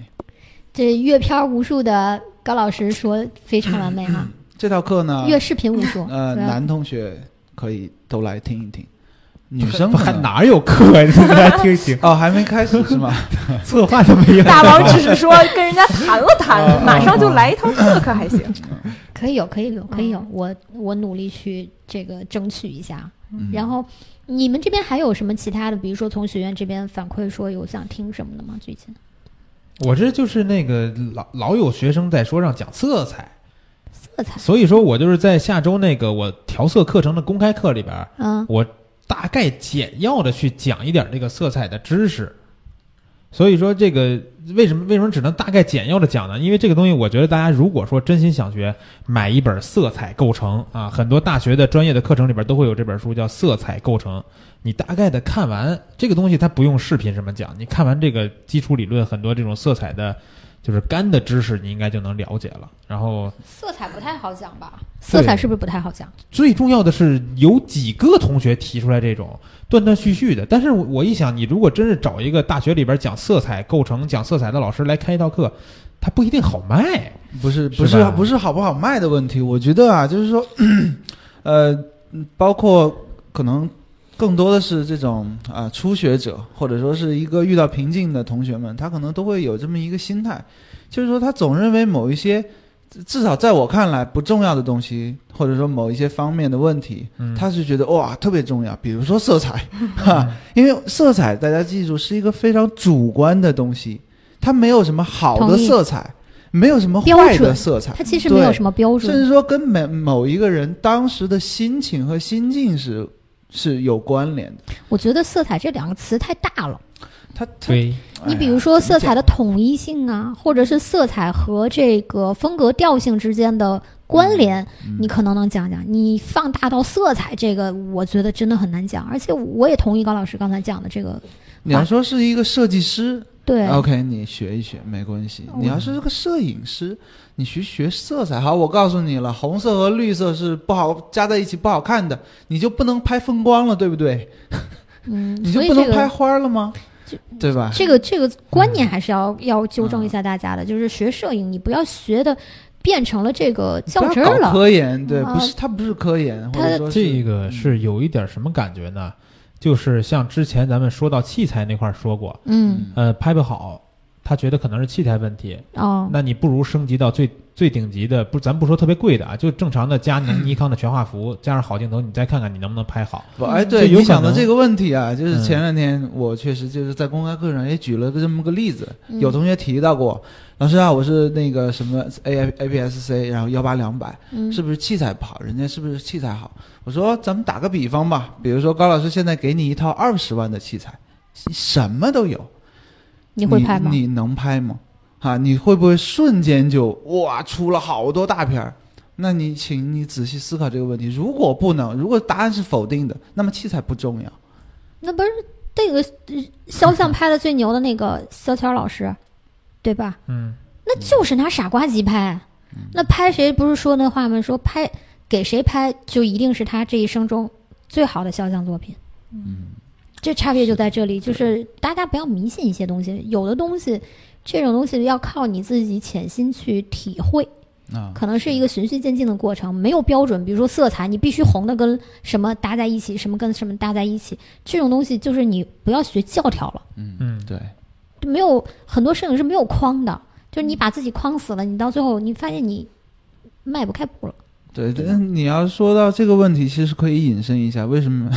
Speaker 4: 这阅片儿无数的高老师说非常完美哈，
Speaker 2: 这套课呢，
Speaker 4: 阅视频无数。
Speaker 2: 呃，
Speaker 4: 对吧啊
Speaker 2: 男同学可以都来听一听，女生可
Speaker 1: 还
Speaker 2: 能
Speaker 1: 哪有课？你来听一听，
Speaker 2: 哦，还没开始是吗？
Speaker 1: 策划都没有。
Speaker 3: 大王只是说跟人家谈了谈，马上就来一堂课可还行，
Speaker 4: 可以有，可以有，可以有
Speaker 3: 嗯，
Speaker 4: 我我努力去这个争取一下。
Speaker 2: 嗯
Speaker 4: 然后，你们这边还有什么其他的？比如说从学院这边反馈说有想听什么的吗？最近
Speaker 1: 我这就是那个老老有学生在说让讲色彩，
Speaker 4: 色彩，
Speaker 1: 所以说我就是在下周那个我调色课程的公开课里边，
Speaker 4: 嗯，
Speaker 1: 我大概简要的去讲一点这个色彩的知识。所以说这个为什么为什么只能大概简要的讲呢？因为这个东西，我觉得大家如果说真心想学，买一本《色彩构成》啊，很多大学的专业的课程里边都会有这本书叫《色彩构成》。你大概的看完这个东西，它不用视频什么讲，你看完这个基础理论，很多这种色彩的，就是干的知识，你应该就能了解了。然后
Speaker 4: 色彩不太好讲吧？色彩是不是不太好讲？
Speaker 1: 最重要的是，有几个同学提出来这种断断续续的。但是我我一想，你如果真是找一个大学里边讲色彩构成、讲色彩的老师来开一道课，他不一定好卖。
Speaker 2: 不是
Speaker 1: 是
Speaker 2: 不是
Speaker 1: 吧
Speaker 2: 不是好不好卖的问题，我觉得啊，就是说， 呃，包括可能更多的是这种啊、初学者，或者说是一个遇到瓶颈的同学们，他可能都会有这么一个心态，就是说他总认为某一些至至少在我看来不重要的东西，或者说某一些方面的问题，
Speaker 1: 嗯
Speaker 2: 他是觉得哇特别重要，比如说 色彩，哈，因为色彩大家记住是一个非常主观的东西，它没有什么好的
Speaker 4: 同意
Speaker 2: 色彩，没有什么
Speaker 4: 标
Speaker 2: 坏的
Speaker 4: 准
Speaker 2: 色彩，
Speaker 4: 它其实没有什么标
Speaker 2: 甚
Speaker 4: 准，
Speaker 2: 至说跟每某一个人当时的心情和心境是是有关联的。
Speaker 4: 我觉得“色彩”这两个词太大了。
Speaker 2: 他他，
Speaker 1: 对，
Speaker 4: 你
Speaker 2: 哎
Speaker 4: 比
Speaker 2: 呀
Speaker 4: 如说色彩的，
Speaker 2: 怎么
Speaker 4: 统一性啊，或者是色彩和这个风格调性之间的
Speaker 2: 嗯
Speaker 4: 关联，你可能能讲讲。你放大到色彩这个，我觉得真的很难讲。而且我也同意高老师刚才讲的这个，
Speaker 2: 讲哎你要说是一个设计师
Speaker 4: 对，哦
Speaker 2: ，OK，你学一学没关系。你要是个摄影师，你去学色彩，好，我告诉你了，红色和绿色是不好加在一起不好看的，你就不能拍风光了，对不对？
Speaker 4: 嗯，
Speaker 2: 你就
Speaker 4: 所以
Speaker 2: 不
Speaker 4: 这
Speaker 2: 能拍嗯
Speaker 4: 个
Speaker 2: 花了吗？对吧？
Speaker 4: 这个这个观念还是要要纠正一
Speaker 2: 嗯
Speaker 4: 下大家的，就是学摄影，你不要学的变成了这个较
Speaker 2: 不
Speaker 4: 真
Speaker 2: 要
Speaker 4: 儿
Speaker 2: 搞
Speaker 4: 了。
Speaker 2: 科研，对，
Speaker 4: 啊
Speaker 2: 不是，它不是科研，或
Speaker 4: 它
Speaker 2: 者说是
Speaker 1: 这个是有一点什么感觉呢？就是像之前咱们说到器材那块儿说过，
Speaker 4: 嗯，
Speaker 1: 呃，拍不好，他觉得可能是器材问题，
Speaker 2: 嗯
Speaker 4: 哦，
Speaker 1: 那你不如升级到最最顶级的，不，咱不说特别贵的啊，就正常的佳能、尼康的全画幅，加上好镜头，你再看看你能不能拍好。
Speaker 2: 不，哎，
Speaker 4: 嗯
Speaker 2: 对
Speaker 1: 就有
Speaker 2: 你想
Speaker 1: 可
Speaker 2: 的
Speaker 1: 能
Speaker 2: 这个问题啊，就是
Speaker 1: 嗯
Speaker 2: 前两天我确实就是在公开课上也举了个这么个例子，
Speaker 4: 嗯
Speaker 2: 有同学提到过，老师啊，我是那个什么 A A P S C，然后幺八两百，
Speaker 4: 嗯
Speaker 2: 是不是器材不好？人家是不是器材好？我说咱们打个比方吧，比如说高老师现在给你一套二十万的器材，什么都有，
Speaker 4: 你会拍吗？
Speaker 2: 你能拍吗？啊，你会不会瞬间就哇出了好多大片儿？那你请你仔细思考这个问题。如果不能，如果答案是否定的，那么器材不重要。
Speaker 4: 那不是这个呃肖像拍的最牛的那个肖谦老师，对吧？
Speaker 1: 嗯，
Speaker 4: 那就是拿傻瓜机拍，那拍谁不是说那话吗？说拍给谁拍就一定是他这一生中最好的肖像作品。嗯，这差别就在这里，就是大家不要迷信一些东西，有的东西这种东西要靠你自己潜心去体会。
Speaker 2: 啊，
Speaker 4: 可能是一个循序渐进的过程，没有标准。比如说色彩，你必须红的跟什么搭在一起，什么跟什么搭在一起，这种东西就是你不要学教条了，
Speaker 1: 嗯，
Speaker 2: 对，
Speaker 4: 就没有很多摄影是没有框的，就是
Speaker 2: 嗯
Speaker 4: 你把自己框死了，你到最后你发现你迈不开步了。
Speaker 2: 对，但你要说到这个问题，其实可以引申一下，为什么？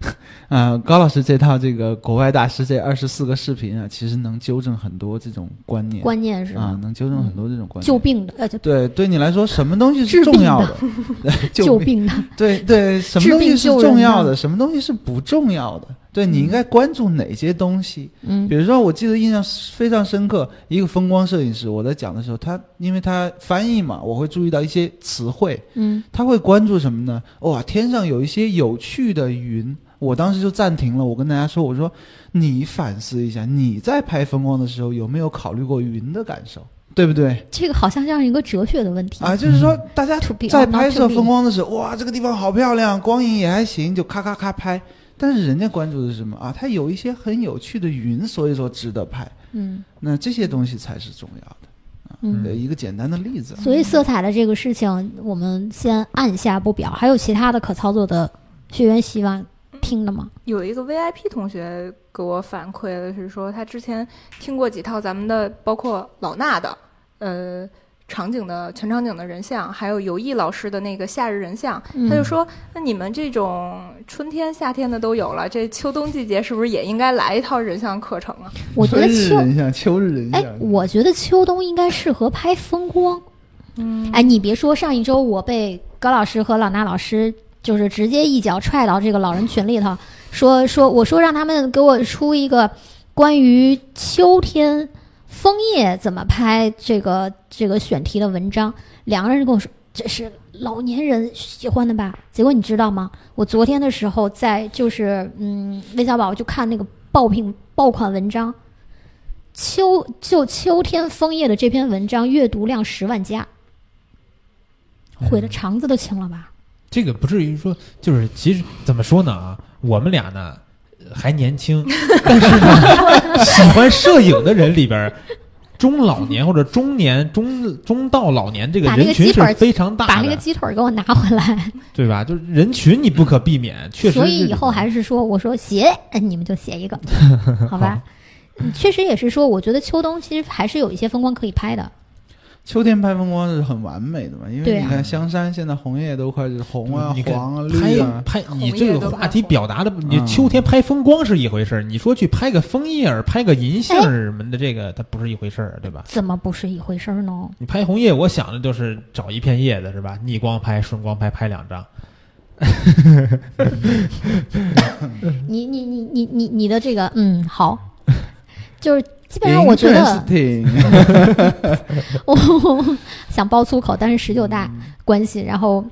Speaker 2: 啊，高老师这套这个国外大师这二十四个视频啊，其实能纠正很多这种观念
Speaker 4: 观念是
Speaker 2: 啊，能纠正很多这种观念。
Speaker 4: 救病的，呃，就
Speaker 2: 对，对你来说，什么东西
Speaker 4: 治
Speaker 2: 是重
Speaker 4: 病
Speaker 2: 要
Speaker 4: 的
Speaker 2: 的？
Speaker 4: 救
Speaker 2: 救
Speaker 4: 病的，
Speaker 2: 对对，什么
Speaker 4: 治
Speaker 2: 东西
Speaker 4: 病
Speaker 2: 是
Speaker 4: 救人
Speaker 2: 重要
Speaker 4: 的
Speaker 2: 的，什么东西是不重要的？对，你应该关注哪些东西？
Speaker 4: 嗯
Speaker 2: 比如说，我记得印象非常深刻，一个风光摄影师，我在讲的时候，他因为他翻译嘛，我会注意到一些词汇，
Speaker 4: 嗯
Speaker 2: 他会关注什么呢？哇，天上有一些有趣的云。我当时就暂停了，我跟大家说：“我说，你反思一下，你在拍风光的时候有没有考虑过云的感受，对不对？
Speaker 4: 这个好像像一个哲学的问题
Speaker 2: 啊，就是说大家
Speaker 4: 嗯 To be or
Speaker 2: 在
Speaker 4: not
Speaker 2: 拍
Speaker 4: to
Speaker 2: 摄
Speaker 4: be
Speaker 2: 风光的时候，哇，这个地方好漂亮，光影也还行，就咔咔咔拍。但是人家关注的是什么啊？它有一些很有趣的云，所以说值得拍。
Speaker 4: 嗯
Speaker 2: 那这些东西才是重要的。
Speaker 4: 嗯
Speaker 2: 对，一个简单的例子。
Speaker 4: 所以色彩的这个事情，我们先按下不表。还有其他的可操作的学员希望听的吗？
Speaker 3: 有一个 VIP 同学给我反馈的是说，他之前听过几套咱们的，包括老衲的，呃，场景的全场景的人像，还有尤毅老师的那个夏日人像，
Speaker 4: 嗯
Speaker 3: 他就说：“那你们这种春天、夏天的都有了，这秋冬季节是不是也应该来一套人像课程啊
Speaker 4: 我觉得
Speaker 2: 春日
Speaker 4: 秋，
Speaker 2: 人像，秋日人
Speaker 4: 哎
Speaker 2: 像，，
Speaker 4: 我觉得秋冬应该适合拍风光。？”
Speaker 3: 嗯，
Speaker 4: 哎，你别说，上一周我被高老师和老衲老师就是直接一脚踹到这个老人群里头，说说我说让他们给我出一个关于秋天枫叶怎么拍这个这个选题的文章，两个人跟我说这是老年人喜欢的吧？结果你知道吗？我昨天的时候在就是嗯微小宝就看那个爆品爆款文章。秋就秋天枫叶的这篇文章阅读量十万加，
Speaker 1: 嗯
Speaker 4: 毁的肠子都青了吧？
Speaker 1: 这个不至于说，就是其实怎么说呢啊，我们俩呢呃还年 轻，但是呢，喜欢摄影的人里边儿，中老年或者中年、中中到老年这个
Speaker 4: 把那个
Speaker 1: 人群
Speaker 4: 鸡
Speaker 1: 是
Speaker 4: 腿儿
Speaker 1: 非常大
Speaker 4: 把那
Speaker 1: 的
Speaker 4: 个，鸡腿儿给我拿回来。
Speaker 1: 对吧？就是人群你不可避免， 确实是这
Speaker 4: 嗯所
Speaker 1: 种。
Speaker 4: 以以后还是说，我说写，哎你们就 写一个，好吧？嗯确实也是说，我觉得秋冬其实还是有一些风光可以拍的。
Speaker 2: 秋天拍风光是很完美的嘛，因
Speaker 4: 对
Speaker 2: 为
Speaker 4: 啊
Speaker 2: 你看香山现在红叶都快是红啊
Speaker 1: 你、看
Speaker 2: 黄啊、绿
Speaker 1: 拍
Speaker 2: 啊，
Speaker 1: 拍
Speaker 3: 红
Speaker 1: 你
Speaker 3: 叶
Speaker 1: 这个
Speaker 3: 都
Speaker 1: 话
Speaker 3: 快
Speaker 1: 题
Speaker 3: 红
Speaker 1: 表达的，你
Speaker 2: 嗯
Speaker 1: 秋天拍风光是一回事儿，你说去拍个枫叶儿、拍个银杏
Speaker 4: 哎
Speaker 1: 儿什么的，这个它不是一回事儿，对吧？
Speaker 4: 怎么不是一回事儿呢？
Speaker 1: 你拍红叶，我想的就是找一片叶子是吧？逆光拍、顺光拍，拍两张。
Speaker 4: 你你你你你你的这个，嗯，好，就是基本啊上我觉得
Speaker 2: Interesting
Speaker 4: 我 想爆粗口，但是十九大关系，然后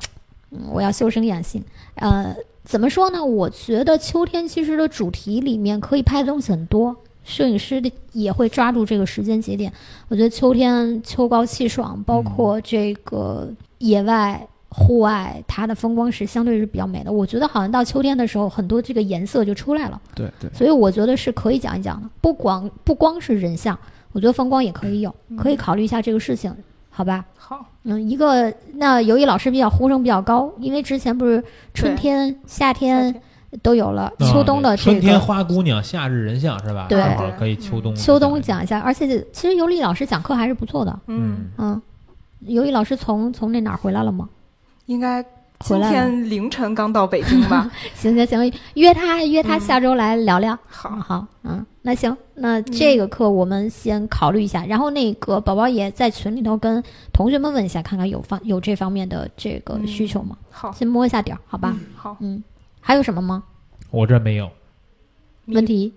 Speaker 4: 嗯我要修身养性。呃，怎么说呢？我觉得秋天其实的主题里面可以拍的东西很多，摄影师的也会抓住这个时间节点。我觉得秋天秋高气爽，包括这个野外。户外它的风光是相对是比较美的，我觉得好像到秋天的时候，很多这个颜色就出来了，
Speaker 2: 对对，
Speaker 4: 所以我觉得是可以讲一讲的。不光不光是人像，我觉得风光也可以有，
Speaker 3: 嗯
Speaker 4: 可以考虑一下这个事情，好吧？
Speaker 3: 好，
Speaker 4: 嗯，一个那由于老师比较呼声比较高，因为之前不是春
Speaker 3: 对
Speaker 4: 天、夏
Speaker 3: 夏
Speaker 4: 天
Speaker 3: 天
Speaker 4: 都有了，
Speaker 1: 啊
Speaker 4: 秋冬的
Speaker 1: 对
Speaker 4: 这
Speaker 1: 春天
Speaker 4: 个
Speaker 1: 花姑娘，夏日人像是吧？
Speaker 4: 对
Speaker 1: 正好可以秋冬。
Speaker 4: 秋冬，讲一下，而且其实尤里老师讲课还是不错的，
Speaker 3: 嗯，
Speaker 1: 嗯，
Speaker 4: 嗯，尤里老师从从那哪儿回来了吗？
Speaker 3: 应该
Speaker 4: 回
Speaker 3: 今
Speaker 4: 来了
Speaker 3: 天凌晨刚到北京吧？
Speaker 4: 行行行，约他约他
Speaker 3: 嗯
Speaker 4: 下周来聊聊，嗯
Speaker 3: 好，
Speaker 4: 好，嗯，那行，那这个课我们先考虑一下，然后那个宝宝也在群里头跟同学们问一下，看看有方有这方面的这个
Speaker 3: 嗯
Speaker 4: 需求吗？
Speaker 3: 好，
Speaker 4: 先摸一下底儿，好吧？
Speaker 3: 嗯好，
Speaker 4: 嗯，还有什么吗？
Speaker 1: 我这没有。
Speaker 3: 你
Speaker 4: 问题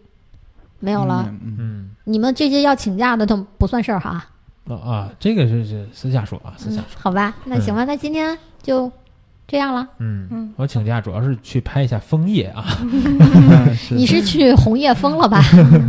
Speaker 4: 没有了。
Speaker 2: 嗯，嗯
Speaker 1: 嗯，
Speaker 4: 你们这些要请假的都不算事儿哈，
Speaker 1: 啊啊，这个是是私下说啊，私下
Speaker 4: 嗯
Speaker 1: 说。，
Speaker 4: 好吧？那行吧，那今天就这样了。
Speaker 1: 嗯，
Speaker 3: 嗯，
Speaker 1: 我请假主要是去拍一下枫叶啊。
Speaker 2: 嗯是
Speaker 4: 你是去红叶峰了吧？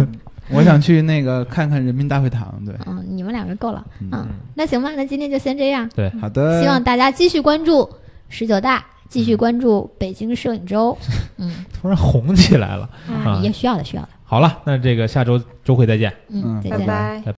Speaker 2: 我想去那个看看人民大会堂，对，
Speaker 4: 嗯，你们两个够了。嗯
Speaker 1: 嗯，
Speaker 4: 那行吧，那今天就先这样。
Speaker 2: 好的，
Speaker 4: 希望大家继续关注十九大，继续关注北京摄影周。嗯，
Speaker 1: 突然红起来了
Speaker 3: 嗯
Speaker 1: 啊
Speaker 4: 也！需要的，需要的。
Speaker 1: 好了，那这个下周周会再见。
Speaker 4: 嗯
Speaker 2: 嗯，
Speaker 4: 再
Speaker 3: 拜
Speaker 4: 见。
Speaker 3: 拜。